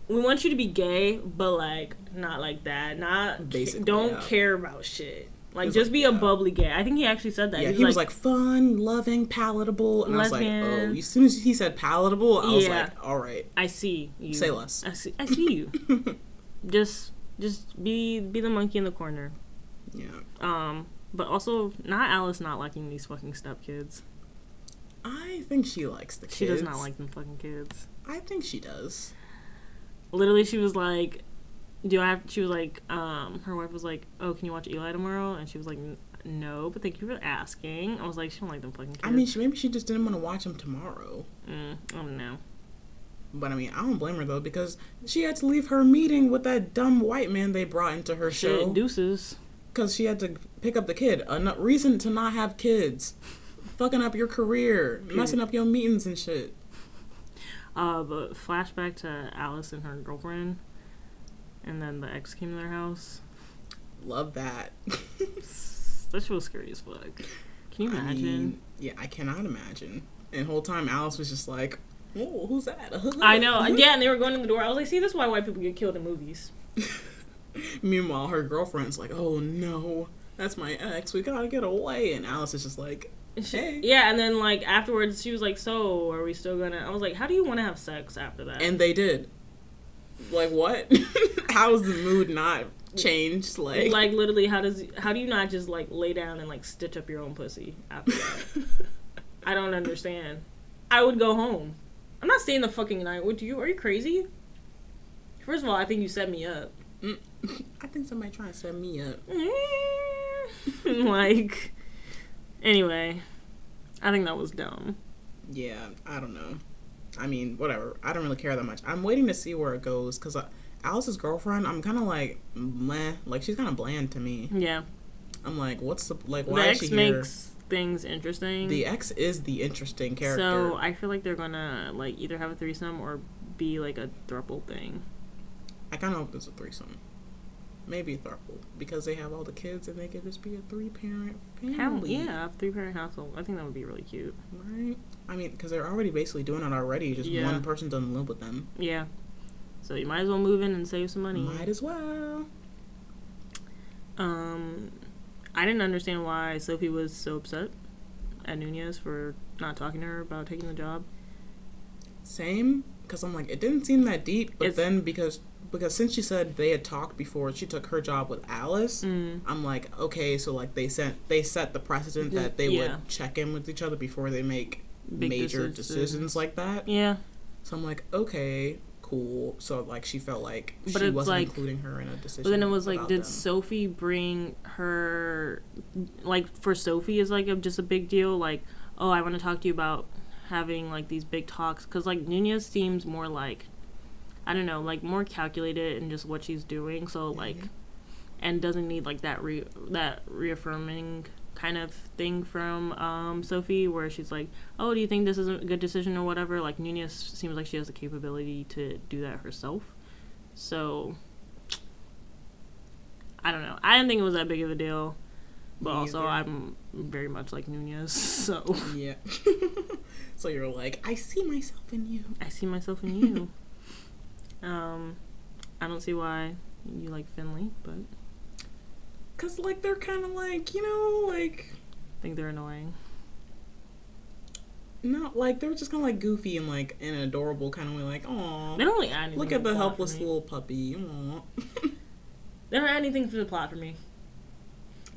we want you to be gay, but like not like that. Not Basically, don't yeah. care about shit. Like just be a bubbly gay. I think he actually said that. Yeah, he was like fun, loving, palatable, and I was like, Lesbian. oh. As soon as he said palatable, I was Yeah. like, all right, I see you. Say less. I see. I see you. just, just be be the monkey in the corner. yeah. Um, but also not Alice not liking these fucking stepkids. I think she likes the kids. She does not like them fucking kids. I think she does. Literally, she was like, "Do I?" Have, she was like, um, her wife was like, "Oh, can you watch Eli tomorrow?" And she was like, "N- "No, but thank you for asking." I was like, "She don't like them fucking kids." I mean, she, maybe she just didn't want to watch them tomorrow. mm, oh no. But I mean, I don't blame her though because she had to leave her meeting with that dumb white man they brought into her Shit, show deuces. because she had to pick up the kid. A n- reason to not have kids, fucking up your career, messing up your meetings and shit. Uh, but flashback to Alice and her girlfriend, and then the ex came to their house. Love that. That shit was scary as fuck. Can you I imagine? mean, yeah, I cannot imagine. And whole time Alice was just like, "Whoa, who's that?" I know. Yeah, and they were going in the door. I was like, see, this is why white people get killed in movies. Meanwhile, her girlfriend's like, "Oh no, that's my ex. We gotta get away." And Alice is just like, And she- Hey. Yeah, and then, like, afterwards, she was like, so, are we still gonna. I was like, how do you wanna have sex after that? and they did. Like what? How is the mood not changed? Like, like literally how does how do you not just like lay down and like stitch up your own pussy after that? I don't understand. I would go home. I'm not staying the fucking night with you. Are you crazy? First of all, I think you set me up. I think somebody trying to set me up. like anyway. I think that was dumb. Yeah, I don't know. I mean, whatever. I don't really care that much. I'm waiting to see where it goes because Alice's girlfriend, I'm kind of like, meh. Like she's kind of bland to me. Yeah. I'm like, what's the like? the Why is X she here? makes things interesting. The X is the interesting character. so I feel like they're gonna like either have a threesome or be like a thruple thing. I kind of hope it's a threesome. Maybe a throuple because they have all the kids and they could just be a three parent How, family. Hmm, yeah, three parent household. I think that would be really cute. Right? I mean, because they're already basically doing it already. Just Yeah. one person doesn't live with them. Yeah. So you might as well move in and save some money. Might as well. Um, I didn't understand why Sophie was so upset at Nunez for not talking to her about taking the job. Same. Because I'm like, it didn't seem that deep. But It's- then because because since she said they had talked before, she took her job with Alice. Mm. I'm like, okay, so like they sent they set the precedent that they Yeah. would check in with each other before they make Big major decisions. decisions like that. Yeah, So I'm like, okay, cool. So like she felt like But she it's wasn't like- including her in a decision. but then it was like, about did them. Sophie bring her? Like for Sophie is like a, just a big deal. Like, oh, I want to talk to you about having like these big talks because like Nunez seems more like, I don't know, like more calculated in just what she's doing. So like, and doesn't need like that re that reaffirming kind of thing from um, Sophie where she's like, "Oh, do you think this is a good decision or whatever?" Like Nunez seems like she has the capability to do that herself. So I don't know. I didn't think it was that big of a deal, but Me also either. I'm very much like Nunez, so yeah. so you're like, I see myself in you. I see myself in you. um, I don't see why you like Finley, but I Cause like they're kind of like you know like think they're annoying. No, like they were just kind of like goofy and like in an adorable kind of way, like oh, They don't really add anything. look to at the plot for helpless me. little puppy. Aw. They don't add anything for the plot for me.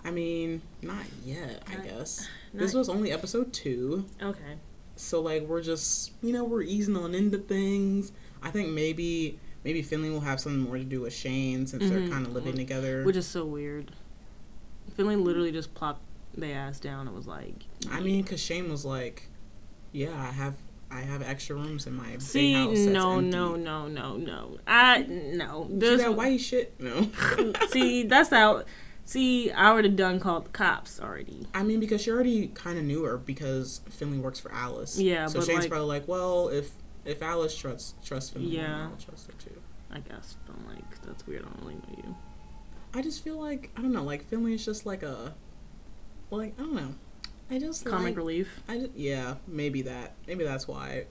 I mean, not yet, I Not- guess. not- This was only episode two, Okay. so like we're just you know we're easing on into things. I think maybe maybe Finley will have something more to do with Shane since they're Mhm. kind of living together. Which is so weird. Finley literally just plopped their ass down and was like, I mean, because Shane was like, "Yeah, I have I have extra rooms in my "See, big house." that's no, empty." no, no, no, no. I no. See This, that white shit? No. see, that's how. See, I would have done called the cops already. I mean, because she already kind of knew her because Finley works for Alice. Yeah, so but, Shane's like- probably like, well, if if Alice trusts trusts Finley, yeah, Yeah. I'll trust her too. I guess. But I'm like, that's weird. I don't really know you. I just feel like I don't know, like Finley is just like a, like I don't know. I just Comic like, relief. I ju- yeah, maybe that. Maybe that's why.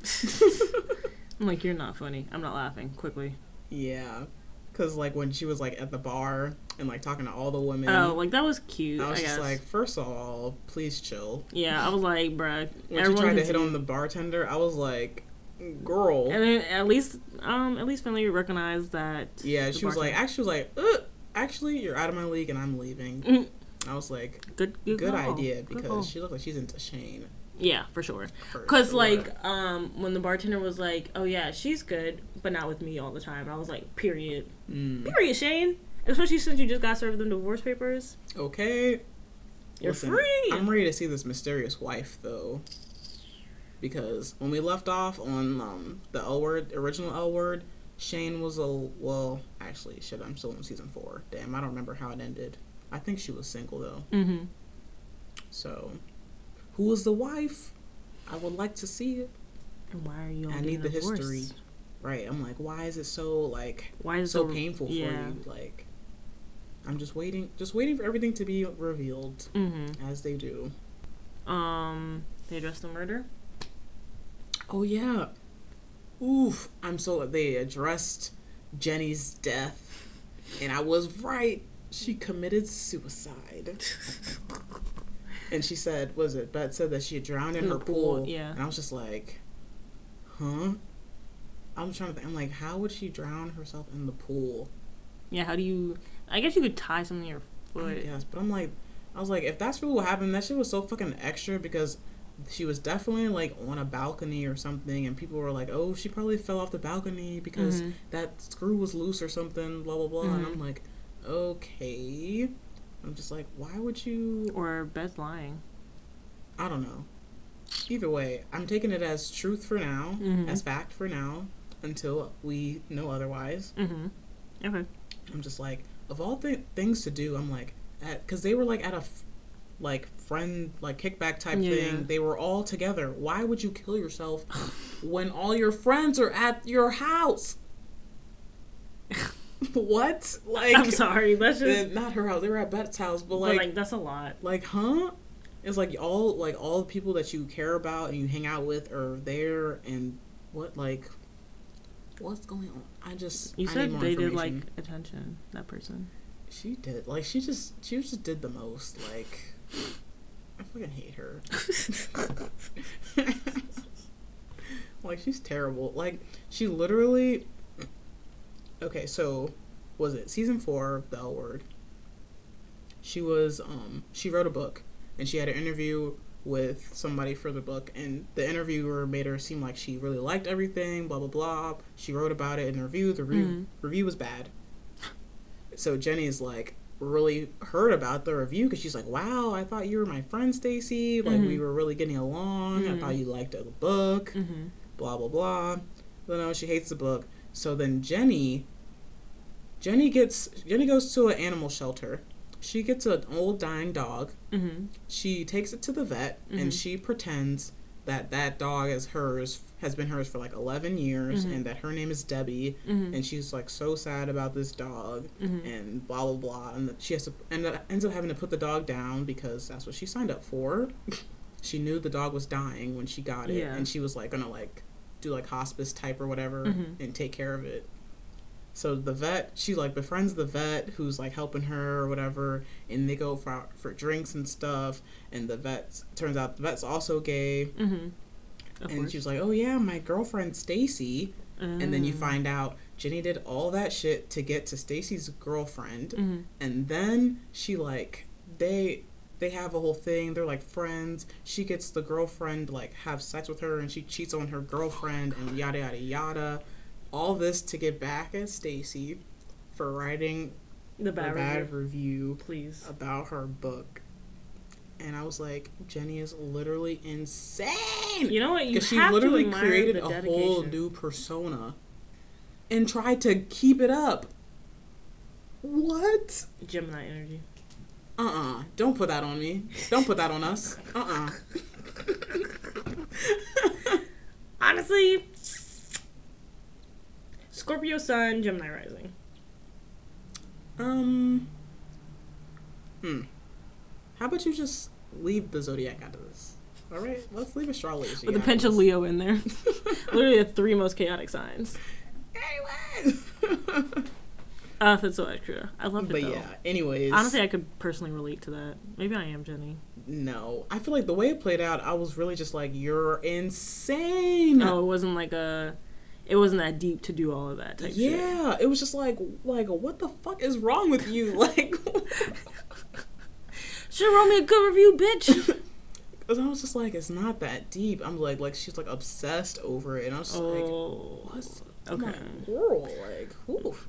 I'm like, you're not funny. I'm not laughing. Quickly. yeah, because like when she was like at the bar and like talking to all the women, Oh, like that was cute. I, Um, I was just guess. like, first of all, please chill. yeah, I was like, bruh. When she tried can to hit see- on the bartender, I was like, girl. And then at least, um, at least Finley recognized that. Yeah, the she was like, bartender- actually, was like, Ugh, actually, you're out of my league and I'm leaving. Mm. I was like, good, good, good, call. idea Good because call. she looked like she's into Shane. yeah, for sure. for Cause sure. like, um, when the bartender was like, "Oh yeah, she's good, but not with me all the time," I was like, "Period, Mm, period, Shane." Especially since you just got served them divorce papers. okay, You're Listen, free. I'm ready to see this mysterious wife though, because when we left off on um, the L word, original L word, Shane was a well, actually, shit, I'm still in season four. Damn, I don't remember how it ended. I think she was single though. mm-hmm. So, who was the wife? I would like to see it. And why are you? All I getting need the divorced? history. Right. I'm like, why is it so like Why is it so painful for yeah. you? Like I'm just waiting just waiting for everything to be revealed Mm-hmm. as they do. Um, they addressed the murder. Oh yeah. Oof. I'm so they addressed Jenny's death. And I was right. She committed suicide. and she said, was it Bet said that she had drowned in, In her the pool, pool. yeah. And I was just like, huh? I'm trying to think. I'm like, how would she drown herself in the pool? Yeah, how do you? I guess you could tie something to your I foot. guess, but I'm like, I was like, if that's really what happened, that shit was so fucking extra because she was definitely like on a balcony or something, and people were like, oh, she probably fell off the balcony because Mhm. that screw was loose or something, blah blah blah. And Mhm. I'm like, okay. I'm just like, why would you? Or Beth's lying. I don't know. Either way, I'm taking it as truth for now, Mhm. as fact for now, until we know otherwise. Mm-hmm. Okay. I'm just like, of all the things to do, I'm like, because they were like at a f- like friend like kickback type Yeah. thing. They were all together. Why would you kill yourself when all your friends are at your house? what? Like, I'm sorry. That's eh, just. not her house. They were at Bet's house, but but, like, like, like, that's a lot. huh? It's like all like all the people that you care about and you hang out with are there, and what like. What's going on? I just You I need said more they did like information. attention. That person. She did. Like she just she just did the most. Like I fucking hate her. like she's terrible. Like she literally Okay, so was it season 4 of The L Word? She was um she wrote a book and she had an interview with somebody for the book and the interviewer made her seem like she really liked everything, blah blah blah. She wrote about it in the review. The re- review was bad so Jenny's like really heard about the review because she's like, "Wow, I thought you were my friend, Stacy. Like we were really getting along. I thought you liked the book. Blah blah blah." But no, she hates the book. So then Jenny, Jenny gets Jenny goes to an animal shelter. She gets an old dying dog. Mm-hmm. She takes it to the vet and she pretends that that dog is hers has been hers for like 11 years Mm-hmm. and that her name is Debbie and she's like so sad about this dog Mm-hmm. and blah blah blah and that she has to end up, ends up having to put the dog down because that's what she signed up for. she knew the dog was dying when she got it Yeah. and she was like going to like do like hospice type or whatever Mm-hmm. and take care of it. So the vet, she like befriends the vet who's like helping her or whatever, and they go for for drinks and stuff. And the vet turns out the vet's also gay, Mm-hmm. Of and course. she was like, "Oh yeah, my girlfriend Stacy." And Ah. then you find out Jenny did all that shit to get to Stacy's girlfriend, Mm-hmm. and then she like they they have a whole thing. They're like friends. She gets the girlfriend like have sex with her, and she cheats on her girlfriend, and yada yada yada. All this to get back at Stacy for writing the a bad, bad review, review please. about her book. And I was like, Jenny is literally insane. You know what? You Because she have literally to admire created the a dedication. whole new persona and tried to keep it up. What? Gemini energy. Uh uh-uh. uh. do not put that on me. Don't put that on us. Uh uh Uh-uh. Honestly, Scorpio Sun, Gemini Rising. Um. Hmm. How about you just leave the zodiac out of this? All right, let's leave astrology. With a out of pinch of this. Leo in there. Literally the three most chaotic signs. Anyways. Uh, that's so extra. I loved it but though. yeah. Anyways. Honestly, I could personally relate to that. Maybe I am Jenny. No, I feel like the way it played out, I was really just like, "You're insane." No, Oh, it wasn't like a. It wasn't that deep to do all of that type shit. yeah, it was just like, like, what the fuck is wrong with you? Like, Should wrote me a good review, bitch. 'cause I was just like, it's not that deep. I'm like, like she's like obsessed over it, and I was just like, oh, what's okay. my girl? Like, oof.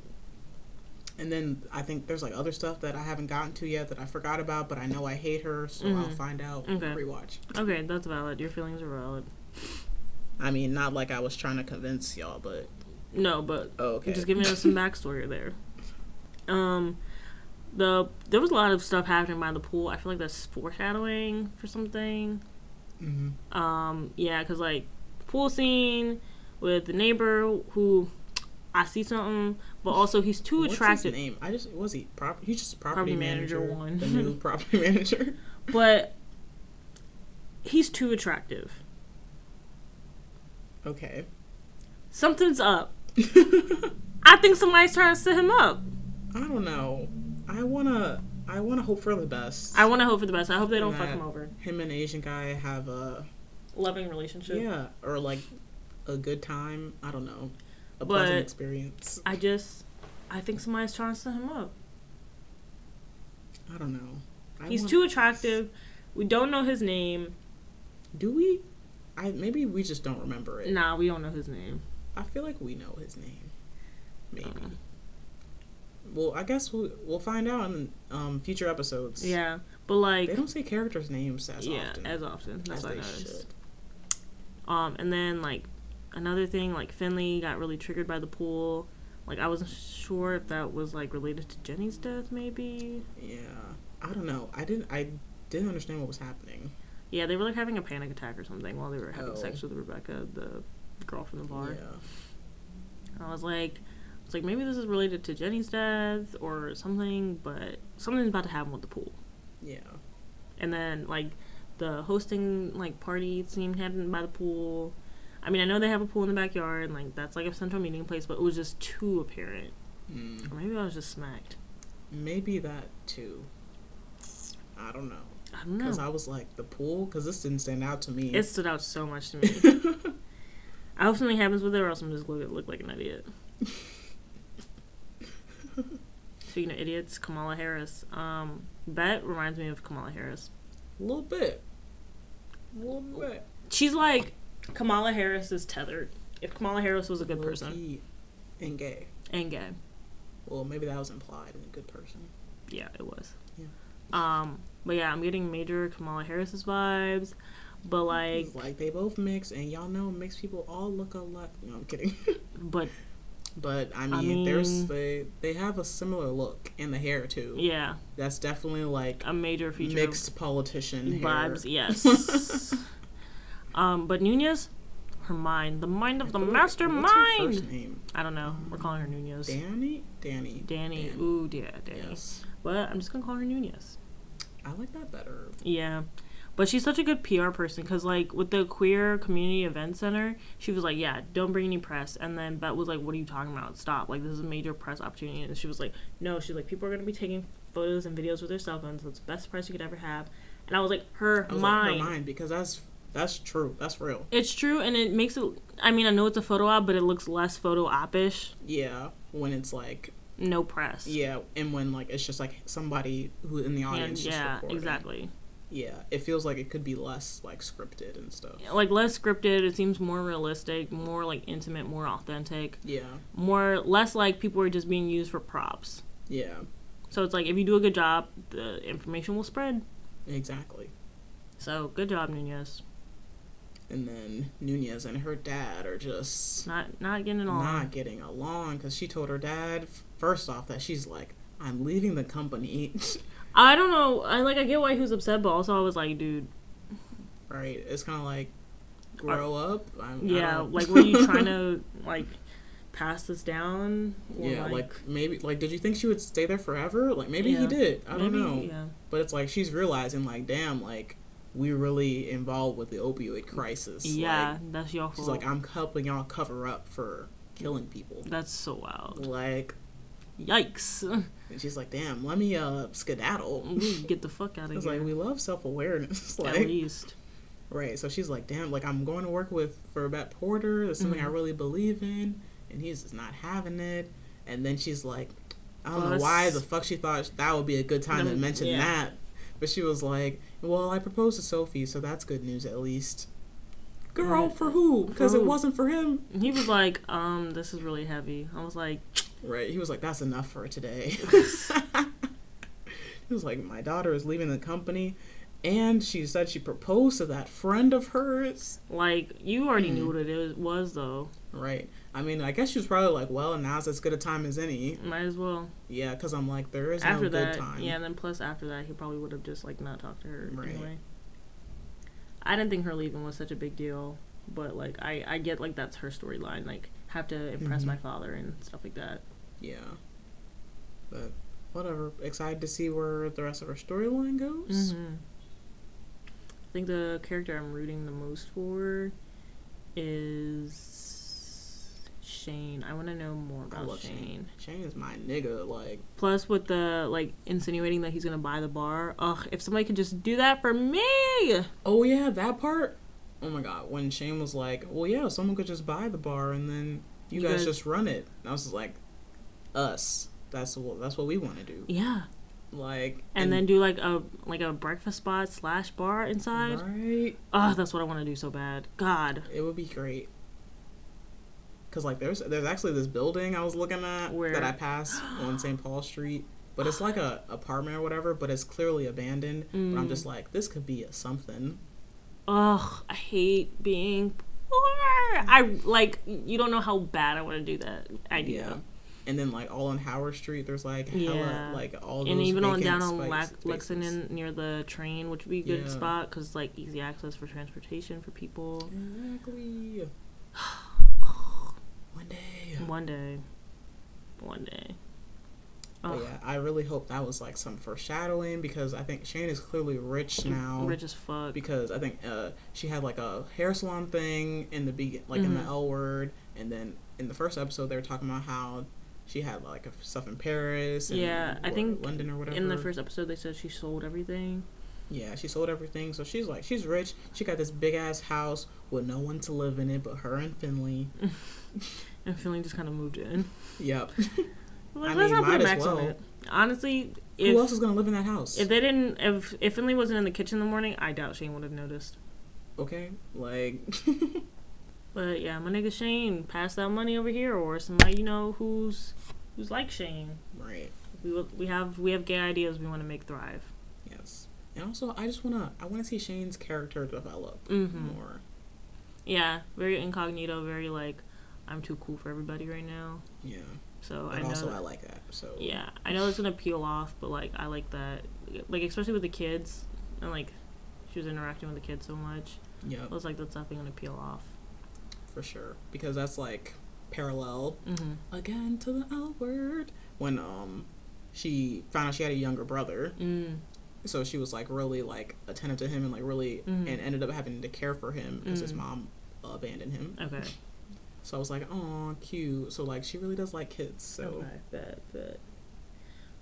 And then I think there's like other stuff that I haven't gotten to yet that I forgot about, but I know I hate her, so I'll find out. Mm-hmm. Okay. Rewatch. Okay, that's valid. Your feelings are valid. I mean, not like I was trying to convince y'all, but No, but Oh, okay. just giving us some backstory there. Um, the there was a lot of stuff happening by the pool. I feel like that's foreshadowing for something. Mm-hmm. Um, yeah, because like pool scene with the neighbor who I see something, but also he's too What's attracted. his name? I just was he prop. He's just property, Property manager manager, one. the new property manager. but he's too attractive. Okay. Something's up. I I think somebody's trying to set him up. don't know. I wanna. I wanna hope for the best. I want to hope for the best. I hope they don't fuck Nah. him over. Him and Asian guy have a Loving relationship. yeah, or like a good time. I don't know. A But- pleasant experience. I just, I think somebody's trying to set him up. I don't know. I He's want- too attractive. We don't know his name. Do we? I maybe we just don't remember it. Nah, we don't know his name. I feel like we know his name. Maybe. Uh. Well, I guess we'll, we'll find out in um, future episodes. Yeah, but like, They don't say characters' names as yeah, often as often. That's as what I they noticed. should. Um, and then like another thing, like Finley got really triggered by the pool. Like I wasn't sure if that was like related to Jenny's death, maybe. Yeah, I don't know. I didn't. I didn't understand what was happening. Yeah, they were like having a panic attack or something while they were having Oh. sex with Rebecca, the girl from the bar. Yeah, I was like, I was like, maybe this is related to Jenny's death or something, but something's about to happen with the pool. yeah. And then like the hosting like party scene happened by the pool. I mean, I know they have a pool in the backyard, and like that's like a central meeting place, but it was just too apparent. Mm. Or maybe I was just smacked. Maybe that too. I don't know. I don't Cause know. I was like the pool. Cause this didn't stand out to me. It stood out so much to me. I hope something happens with it, or else I'm just gonna look like an idiot. Speaking of idiots, Kamala Harris. Um, Bet reminds me of Kamala Harris. a little bit. A little bit. She's like Kamala Harris is tethered. If Kamala Harris was a good person Low-key And gay. and gay, Well, maybe that was implied in a good person. yeah, it was. Yeah. Um, but yeah, I'm getting major Kamala Harris's vibes, but like, It's like they both mix, and y'all know mixed people all look alike. No, I'm kidding. but but I mean- mean, there's they they have a similar look in the hair too. yeah, That's definitely like a major feature of mixed politician vibes, hair. yes. um, but Nunez, her mind, the mind of the What's her first mastermind. name? I don't know. We're calling her Nunez. Danny. Danny. Danny. Dan- Ooh, yeah, Danny. Yes. But I'm just gonna call her Nunez. I like that better. Yeah. But she's such a good PR person because, like, with the queer community event center, she was like, Yeah, don't bring any press. And then Bet was like, What are you talking about? Stop. Like, this is a major press opportunity. And she was like, No, she's like, People are going to be taking photos and videos with their cell phones. That's the best press you could ever have. And I was like, Her I was like, mind. never mind because that's That's true. That's real. It's true, and it makes it. I mean, I know it's a photo op, but it looks less photo opish. Yeah, when it's like No press. yeah, and when like it's just like somebody who in the And audience. just yeah, recording. exactly. Yeah, it feels like it could be less like scripted and stuff. Like less scripted. It seems more realistic, more like intimate, more authentic, Yeah, more less like people are just being used for props. yeah, So it's like if you do a good job, the information will spread. exactly. So good job, Nunez. And then Nunez and her dad are just Not not getting it all. not getting along because she told her dad f- first off that she's like, "I'm leaving the company," I don't know. I like I get why he was upset, but also I was like, dude, right? It's kind of like grow up. I'm, I yeah, don't- like were you trying to like pass this down? Or, Yeah, like, maybe like did you think she would stay there forever? Like maybe Yeah. he did. I don't maybe- know. Yeah. But it's like she's realizing like damn like we really involved with the opioid crisis. Yeah, Like, that's your fault. she's like I'm helping y'all cover up for killing people. that's so wild. Like Yikes. and she's like damn, let me uh skedaddle. Ooh, Get the fuck out of It's here. like we love self-awareness At like least. right. So she's like damn, like I'm going to work with for Babette Porter. That's Mm-hmm. something I really believe in and he's just not having it. And then she's like I don't know Plus- why the fuck she thought that would be a good time to Them- mention yeah. that. But she was like, "Well, I proposed to Sophie, so that's good news at least." Girl, for who? Because For it who? wasn't for him. And he was like, um, this is really heavy. I was like, Right. He was like, "That's enough for today." he was like, "My daughter is leaving the company." And she said she proposed to that friend of hers. like you already Mm. knew what it is- was though. Right. I mean, I guess she was probably like, well, now's as good a time as any. Might as well. Yeah, because I'm like, there is after no good that, time. yeah, and then plus after that, he probably would have just like not talked to her Right. anyway. I didn't think her leaving was such a big deal, but like I I get like that's her storyline, like have to impress Mm-hmm. my father and stuff like that. Yeah. But whatever. Excited to see where the rest of her storyline goes. Mm-hmm. I think the character I'm rooting the most for is Shane. I want to know more I about love Oh, Shane. Shane. Shane is my nigga. Like, Plus, with the like insinuating that he's gonna buy the bar. Ugh, if somebody could just do that for me. oh yeah, that part. Oh my god, when Shane was like, "Well, yeah, someone could just buy the bar and then you, You guys, guys- just run it." And I was just like, "Us. That's what that's what we want to do." Yeah. Like, and then do like a like a breakfast spot slash bar inside. right, Ugh, that's what I want to do so bad. God, it would be great. Cause like there's there's actually this building I was looking at Where? that I passed on St. Paul Street, but it's like a apartment or whatever, but it's clearly abandoned. But Mm. I'm just like, this could be a something. ugh, I hate being poor. I like you don't know how bad I want to do that idea. Yeah. And then like all on Howard Street, there's like hella Yeah. like all those And even on vacant down on space- La- spaces. Lexington near the train, which would be a good Yeah. spot because like easy access for transportation for people. Exactly. One day. One day, one day. But Ugh. yeah, I really hope that was like some foreshadowing because I think Shane is clearly rich now. Rich as fuck. because I think uh, she had like a hair salon thing in the be- like in Mm-hmm. the L word, and then in the first episode they were talking about how she had like stuff in Paris. And yeah, I what, think London or whatever. in the first episode they said she sold everything. yeah, she sold everything, so she's like she's rich. She got this big ass house with no one to live in it but her and Finley. Mm. And feeling just kind of moved in. Yep. Like, I let's mean, not put a might as max on well. it. Honestly, Who else is if gonna live in that house? if they didn't, if if Finley wasn't in the kitchen in the morning, I doubt Shane would have noticed. okay, like But yeah, my nigga Shane, pass that money over here, or somebody you know who's who's like Shane. right. We will, we have we have gay ideas we want to make thrive. Yes. And also, I just wanna I wanna see Shane's character develop Mm-hmm. more. Yeah, very incognito, very like I'm too cool for everybody right now. Yeah. So I But know. also, that- I like that. So yeah, I know it's gonna peel off, but like I like that, like especially with the kids and like she was interacting with the kids so much. Yep. I was like, that's definitely gonna peel off. for sure because that's like parallel Mm-hmm. again to the L word when um she found out she had a younger brother, Mm. so she was like really like attentive to him and like really Mm-hmm. and ended up having to care for him because his mom abandoned him. Okay. So I was like, oh, cute. So like she really does like kids. So bet, bet.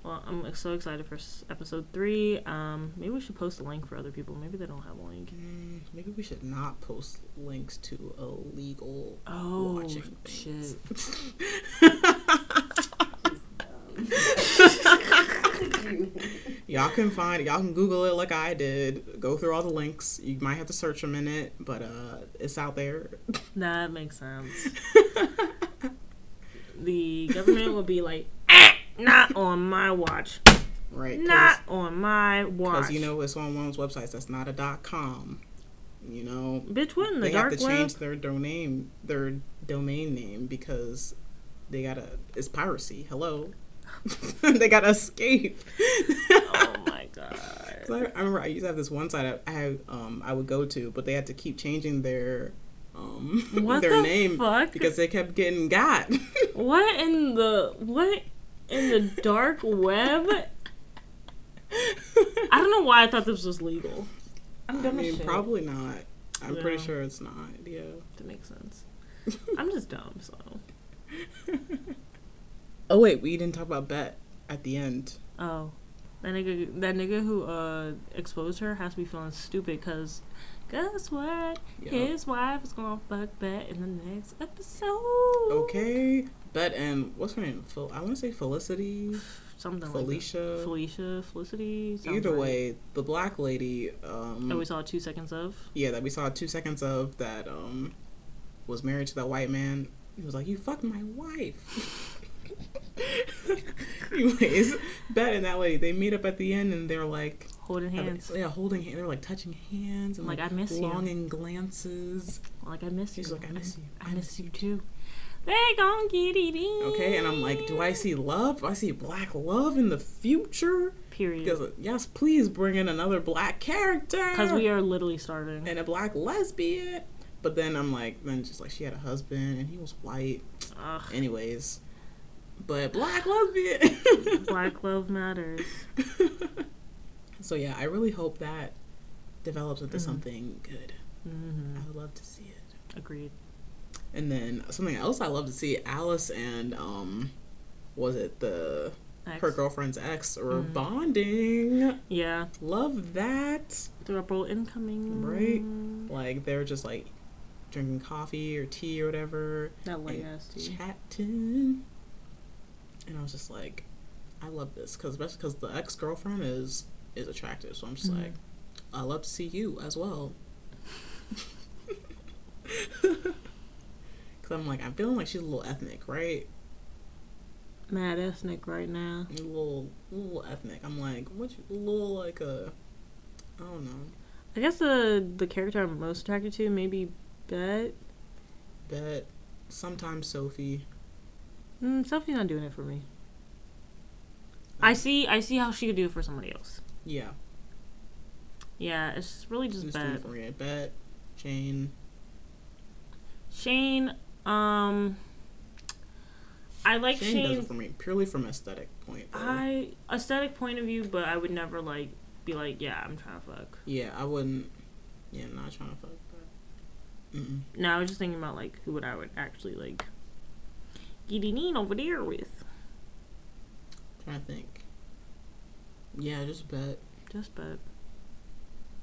Well, I'm so excited for s- episode three. Um, maybe we should post a link for other people. Maybe they don't have a link. Maybe we should not post links to illegal Oh watching shit! Y'all can find y'all can Google it like I did. Go through all the links. You might have to search a minute, but uh, it's out there. That makes sense. the government will be like, "Eh, not on my watch. Right? Not on my watch. because you know it's on one's websites. That's not a dot com. You know bitch, what in the they have dark to web? change their domain their domain name because they gotta it's piracy. Hello, they gotta escape. oh my god. 'Cause I, I remember I used to have this one site I, I had um I would go to, but they had to keep changing their um What their the name fuck? because they kept getting got. What in the what in the dark web? I don't know why I thought this was legal. I'm I dumb mean, as shit. probably not. I'm pretty No. sure it's not. Yeah. That makes sense. I'm just dumb, so Oh wait, we didn't talk about bet at the end. oh. That nigga, that nigga who uh, exposed her has to be feeling stupid because guess what? Yeah. His wife is gonna fuck back in the next episode. Okay, bet and what's her name? Fel- I want to say Felicity. Something like Felicia. that. Felicia, Felicity. sounds Either right. way, the black lady, um, That we saw two seconds of. yeah, that we saw two seconds of that um, was married to that white man. He was like, "You fucked my wife." Anyways, Bet and that lady, they meet up at the end and they're like, Holding hands. yeah, holding hand. They're like touching hands and Like, like, "I miss you." longing glances. Like I miss She's you. like, "I miss you. I miss you too. They gon' get it in. Okay, and I'm like, do I see love? Do I see black love in the future? period Because yes, please bring in another black character. because we are literally starting. and a black lesbian. But then I'm like, then just like she had a husband and he was white. Ugh. Anyways, but black lesbian. Black love matters. so yeah, I really hope that develops into Mm-hmm. something good. I would love to see it. Agreed. And then something else I love to see Alice and um, was it the Ex. her girlfriend's ex or bonding? Yeah, Love that. double incoming. Right? Like they're just like drinking coffee or tea or whatever. That light and ass tea. chatting. And I was just like, I love this because especially because the ex girlfriend is is attractive, so I'm just Mm-hmm. like, I love to see you as well. Because I'm like, I'm feeling like she's a little ethnic, right? Mad ethnic right now. A little, little ethnic. I'm like, what? You, a little like a, I don't know, I guess the the character I'm most attracted to maybe Bet. bet. Sometimes Sophie. Mm, Sophie's not doing it for me. I see. I see how she could do it for somebody else. Yeah, Yeah, it's really just just Bet. doing for me. Bet. Jane. Shane. Um, I like Shane, does Shane it for me purely from aesthetic point. though. I aesthetic point of view, but I would never like be like, yeah, I'm trying to fuck. Yeah, I wouldn't. Yeah, I'm not trying to fuck. No, I was just thinking about like who would I would actually like get it in over there with. trying to think. Yeah, just bet. Just but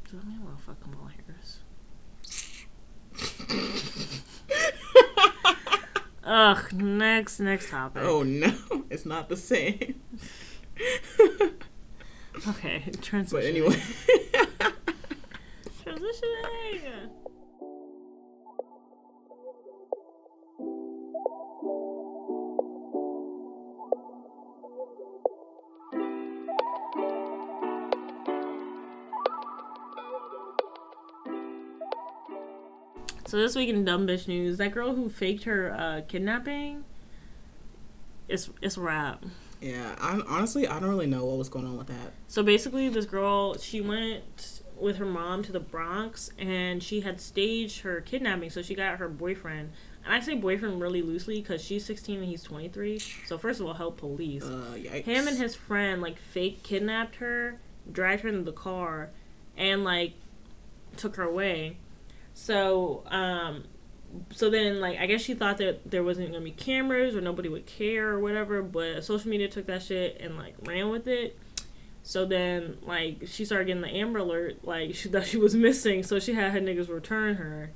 just I mean, well, fuck Kamala Harris. Ugh. Next, next topic. Oh no, it's not the same. Okay. Transition. But anyway, Transitioning. So this week in dumb bitch news, that girl who faked her uh, kidnapping, it's it's a wrap. yeah. I honestly, I don't really know what was going on with that. So basically, this girl, she went with her mom to the Bronx and she had staged her kidnapping. So she got her boyfriend. And I say boyfriend really loosely because she's 16 and he's 23. So, first of all, help police. Uh, yikes. Him and his friend, like, fake kidnapped her, dragged her into the car, and, like, took her away. So, um, so then like I guess she thought that there wasn't gonna be cameras or nobody would care or whatever, but social media took that shit and like ran with it. So then like she started getting the Amber Alert like she thought she was missing, so she had her niggas return her.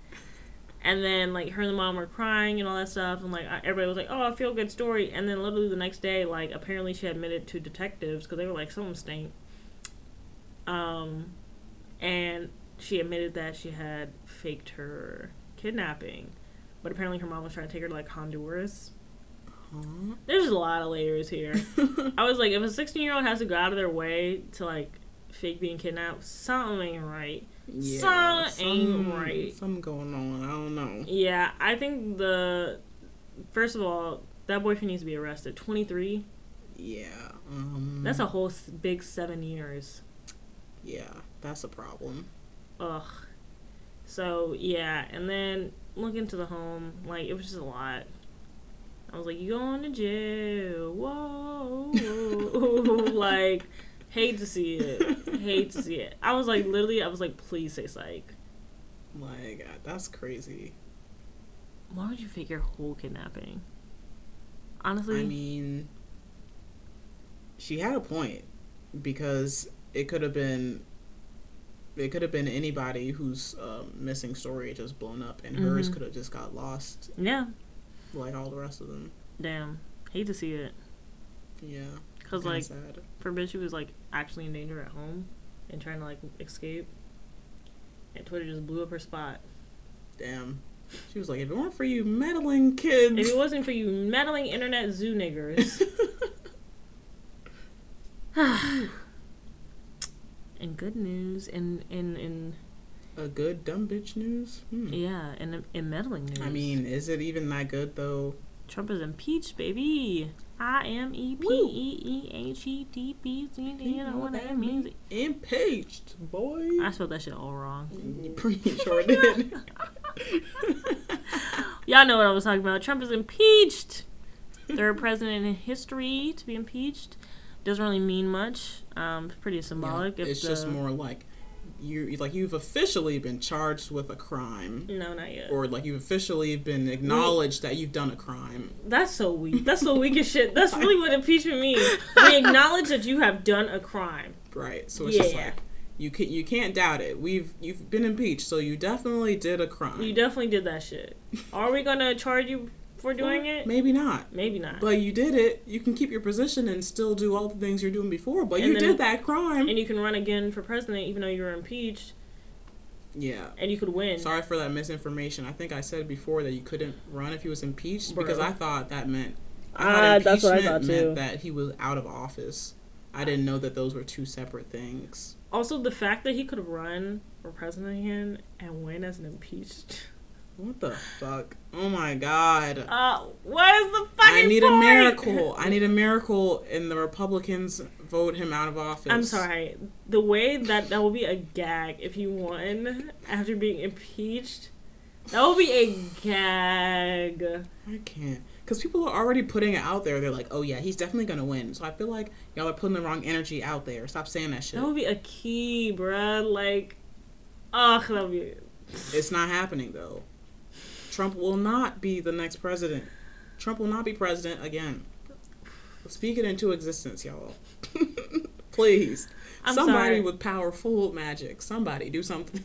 And then like her and the mom were crying and all that stuff, and like I- everybody was like, "Oh, I feel good story." And then literally the next day, like apparently she admitted to detectives because they were like, "Something stink." Um, and she admitted that she had faked her kidnapping, but apparently her mom was trying to take her to like Honduras. There's a lot of layers here. I was like, if a 16 year old has to go out of their way to like fake being kidnapped, something ain't right. Yeah, Some ain't right. Something going on. I don't know. Yeah, I think the first of all, that boyfriend needs to be arrested. 23. Yeah. Um, That's a whole s- big seven years. yeah. That's a problem. Ugh. So yeah, and then look into the home. Like it was just a lot. I was like, you going to jail? Whoa! like, hate to see it. Hate to see it. I was like, literally, I was like, please say psych. Like uh, that's crazy. Why would you fake your whole kidnapping? Honestly, I mean, she had a point because it could have been it could have been anybody whose um, missing story just blown up, and hers Mm-hmm. could have just got lost yeah. like all the rest of them. Damn, hate to see it. Yeah, Cause kinda like, sad. forbid she was like actually in danger at home and trying to like escape, and Twitter just blew up her spot. Damn, she was like, if it weren't for you meddling kids, If it wasn't for you meddling internet zoo niggers. and good news, and in in a good dumb bitch news. Hmm. yeah, and in meddling news. I mean, is it even that good though? Trump is impeached, baby. I M E P E E H E D B C D. You know what that means? Impeached, boy. E. I spelled that shit all wrong. You pretty sure did. Y'all know what I was talking about. Trump is impeached. Third president in history to be impeached. Doesn't really mean much. Um, it's pretty symbolic. if it's just the- more like you like you've officially been charged with a crime No, not yet. or like you've officially been acknowledged that you've done a crime That's so weak. That's so weak as shit. That's really what impeachment means. We acknowledge that you have done a crime. right so it's just Yeah. like you can you can't doubt it we've you've been impeached so you definitely did a crime You definitely did that shit. Are we gonna charge you for doing it? maybe not Maybe not. but you did it you can keep your position and still do all the things you're doing before but And you then- did that crime and you can run again for president even though you were impeached, yeah and you could win. sorry for that misinformation i think i said before that you couldn't run if he was impeached because Bruh. i thought that meant Ah, that's what I impeachment thought, meant too. That he was out of office. I didn't know that those were two separate things. Also, the fact that he could run for president again and win as an impeached. What the fuck? Oh my god! Uh, what is the I fucking need a point? miracle. I need a miracle, and the Republicans vote him out of office. I'm sorry. The way that that will be a gag if he won after being impeached. That will be a gag. I can't. Because people are already putting it out there. They're like, "Oh yeah, he's definitely gonna win." So I feel like y'all are putting the wrong energy out there. Stop saying that shit. That would be a key, bruh. Like, ugh, that would be. It's not happening though. Trump will not be the next president. Trump will not be president again. Speak it into existence, y'all. Please. I'm somebody sorry. with powerful magic. Somebody do something.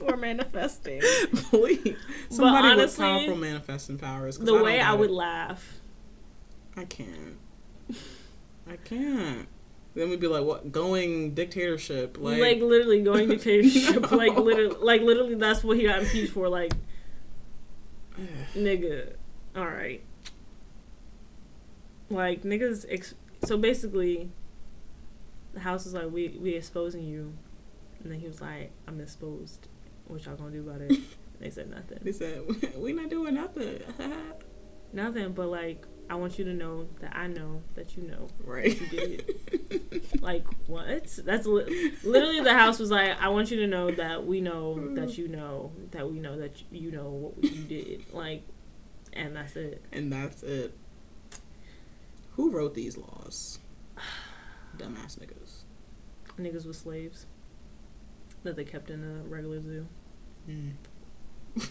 We're manifesting. Please. Somebody with honestly, powerful manifesting powers. 'cause The don't way I got would it. laugh. I can't. I can't. Then we'd be like, what? Going dictatorship. Like, Like, literally going dictatorship. Like literally, like literally, that's what he got impeached for. Like, nigga, all right. Like niggas, ex- so basically, the house is like, we we exposing you, and then he was like, I'm exposed. What y'all gonna do about it? And they said they nothing, said, we not doing nothing. nothing. But like, I want you to know that I know that you know. right. Like what? That's li- literally the house was like, I want you to know that we know that you know that we know that you know what you did. Like, and that's it. And that's it. Who wrote these laws? Dumbass niggas. Niggas was slaves that they kept in a regular zoo.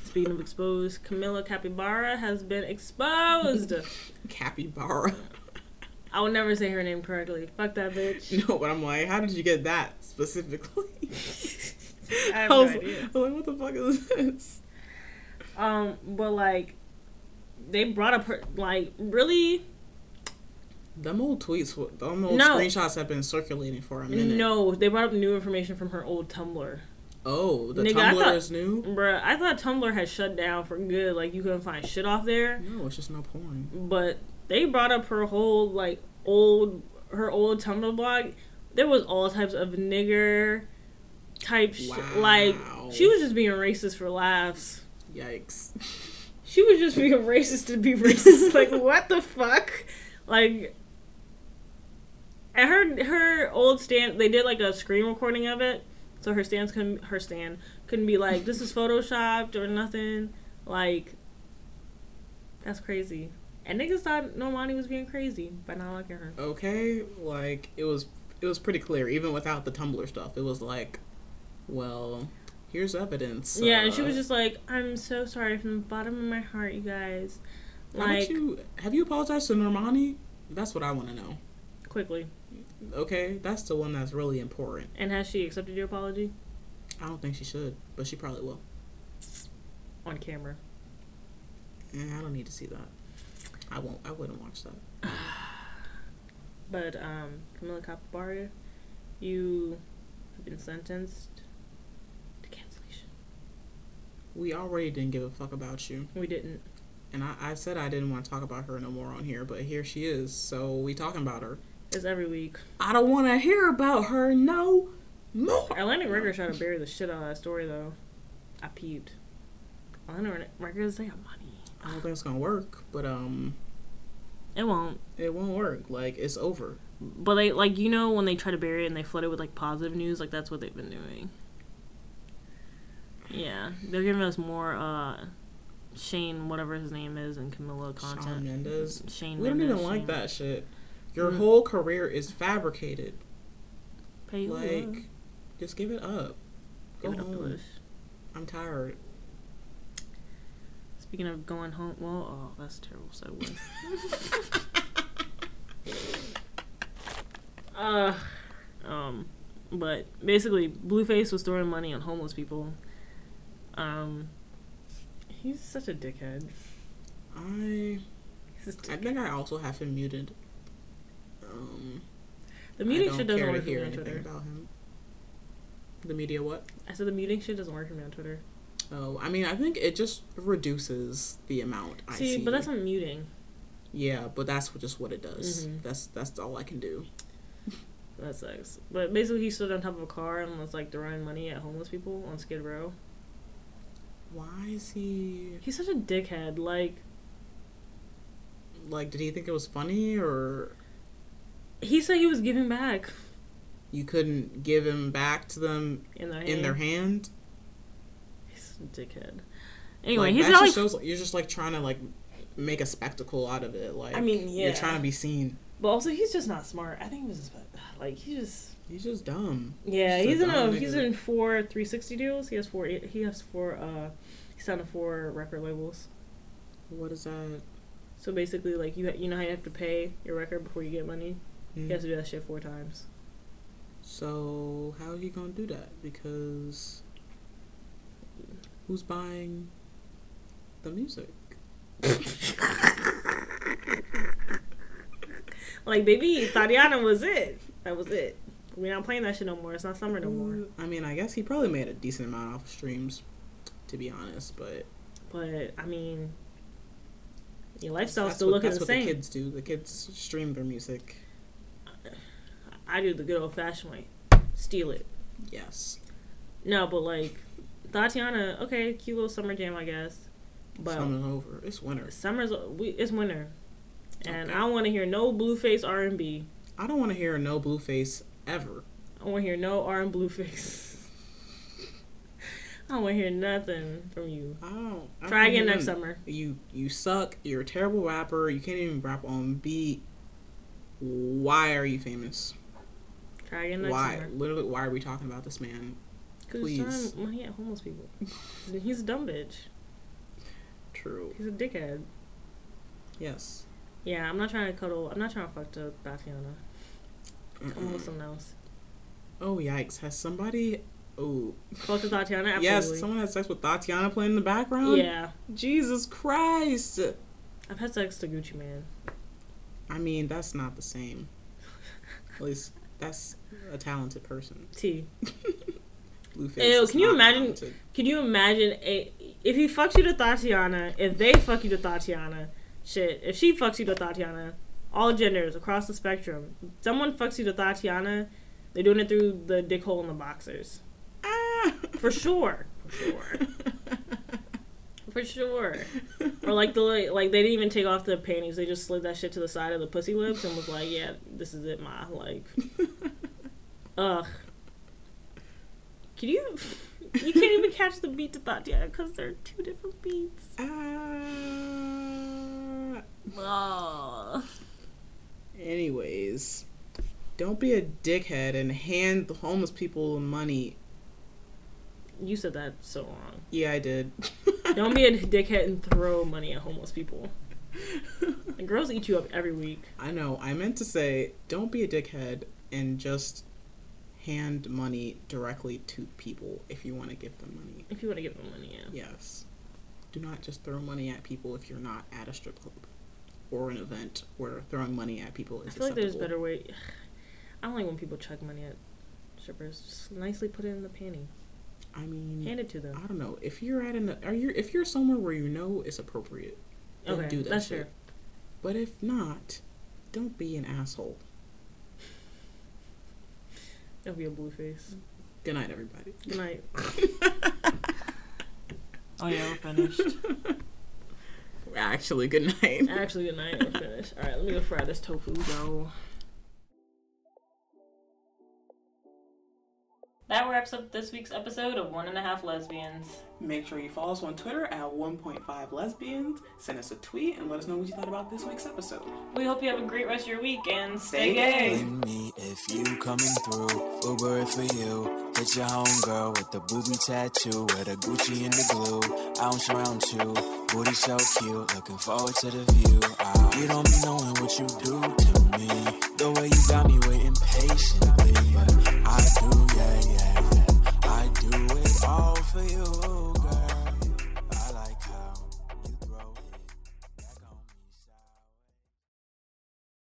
Speaking of exposed, Camila Capybara has been exposed. Capybara. I will never say her name correctly. Fuck that bitch. no, but I'm like, how did you get that specifically? I have I no was, idea. I was like, what the fuck is this? Um, but like, they brought up her like really Them old tweets, wa- them old No. screenshots have been circulating for a minute. no. They brought up new information from her old Tumblr. Oh, the Nigga, I Tumblr thought- is new? Bruh, I thought Tumblr had shut down for good. Like you couldn't find shit off there. No, it's just no porn. But they brought up her whole like old her old Tumblr blog. There was all types of nigger type sh- like Wow. she was just being racist for laughs. Yikes. She was just being racist to be racist. like what the fuck? Like and her her old stand they did like a screen recording of it. So her stands couldn't her stand couldn't be like this is photoshopped or nothing. Like that's crazy. And niggas thought Normani was being crazy by not liking her. Okay, like it was it was pretty clear even without the Tumblr stuff. It was like, well, here's evidence. yeah, and she uh, was just like, I'm so sorry from the bottom of my heart, you guys. How much Like you have you apologized to Normani? That's what I want to know. quickly. Okay, that's the one that's really important. And has she accepted your apology? I don't think she should, but she probably will. On camera. And I don't need to see that. I won't. I wouldn't watch that. But um, Camila Capabara, you have been sentenced to cancellation. We already didn't give a fuck about you, We didn't. and I, I said I didn't want to talk about her no more on here, but here she is. So we talking about her. It's every week. I don't want to hear about her no more. Atlantic Records tried to bury the shit out of that story though. I peeped. Atlantic Records, they got money. I don't think it's gonna work, but um, It won't. it won't work. Like it's over. But they like you know when they try to bury it and they flood it with like positive news, like that's what they've been doing. Yeah, they're giving us more uh Shane, whatever his name is, and Camilla content. Shawn Mendes. Shane We don't Mendes, even like Shane- Mm. that shit. Your whole career is fabricated. Pay who love. Like, just give it up. Go Give it up to home. us. I'm tired. Speaking of going home, well, oh, that's a terrible segue. uh, um, but basically, Blueface was throwing money on homeless people. Um, he's such a dickhead. I He's a dick- I think I also have him muted. Um, The I muting don't shit doesn't care work to for me hear on anything Twitter. about him. The media, what? I said the muting shit doesn't work for me on Twitter. Oh, I mean, I think it just reduces the amount I see. See, but that's not muting. yeah, but that's what- just what it does. Mhm. That's that's all I can do. That sucks. But basically, he stood on top of a car and was like throwing money at homeless people on Skid Row. Why is he He's such a dickhead. Like, like? Did he think it was funny, or he said he was giving back. you couldn't give him back to them in their hand. in their hand? He's a dickhead. Anyway, like, he's that not like. just shows like, you're just like trying to like make a spectacle out of it. Like I mean, yeah. you're trying to be seen. but also, he's just not smart. I think he was just like he just. He's just dumb. Yeah, Just he's a in a dumb he's nigga. in four 360 deals. He has four. He has four. Uh, he signed to four record labels. What is that? So basically, like you ha- you know how you have to pay your record before you get money. Mm. He has to do that shit four times. So how are you gonna do that? Because who's buying the music? Like baby, Tatiana was it. That was it. We're not playing that shit no more. It's not summer no more. I mean, I guess he probably made a decent amount off streams, to be honest. But But I mean, your lifestyle's that's still what, looking that's the what same. the kids do. The kids stream their music. I do the good old fashioned way. Steal it. Yes, No, but like Tatiana, okay, cute little summer jam, I guess. But summer's over. It's winter. summer's we, it's winter, and Okay. I want to hear no blueface R and B. I don't want to hear no Blueface ever. I want to hear no R and blueface. I don't want to hear nothing from you. I don't. I Try don't again next even- summer. You you suck. You're a terrible rapper. You can't even rap on beat. Why are you famous? Try again next why? summer. Literally, why are we talking about this man? Because he's please. throwing money at homeless people. he's a dumb bitch. True. He's a dickhead. Yes. Yeah, I'm not trying to cuddle. I'm not trying to fuck to Bafiona. Come on with someone else. Oh yikes! Has somebody? Oh Fuck with Tatiana? Absolutely. yes, someone had sex with Tatiana playing in the background. yeah. Jesus Christ! I've had sex to Gucci Man. I mean, that's not the same. At least that's a talented person. T. Blueface. Ew, is can you not imagine- talented. Can you imagine a, if he fucks you to Tatiana, if they fuck you to Tatiana, shit, if she fucks you to Tatiana, all genders across the spectrum, someone fucks you to Tatiana, they're doing it through the dick hole in the boxers. Ah! For sure. For sure. For sure. Or like the like they didn't even take off the panties, they just slid that shit to the side of the pussy lips and was like, Yeah, this is it, ma like Ugh. Can you you can't even catch the beat to Tatiana because they're two different beats. Ah. Oh. Anyways, don't be a dickhead and hand the homeless people money. You said that so wrong. Yeah, I did. Don't be a dickhead and throw money at homeless people. The girls eat you up every week. I know. I meant to say, don't be a dickhead and just hand money directly to people if you want to give them money. If you want to give them money, yeah. Yes. Do not just throw money at people if you're not at a strip club or an event where throwing money at people is I feel like there's acceptable. better way. I don't like when people chuck money at strippers. Just nicely put it in the panty. I mean, Hand it to I them. don't know. If you're at an are you if you're somewhere where you know it's appropriate, then Okay, do that that's shit. fair. But if not, don't be an asshole. Don't be a blue face. Good night, everybody. Good night. Oh yeah, we're finished. Actually, good night. Actually, good night. We're finished. All right, let me go fry this tofu, though. That wraps up this week's episode of One and a Half Lesbians. Make sure you follow us on Twitter at 1.5 lesbians. Send us a tweet and let us know what you thought about this week's episode. We hope you have a great rest of your week and Stay gay. Blame me if you coming through. Uber it for you. Hit your homegirl with the booby tattoo, with a Gucci and the glue. Ounce round two. Booty so cute. Looking forward to the view. Ah, you don't be knowing what you do to me.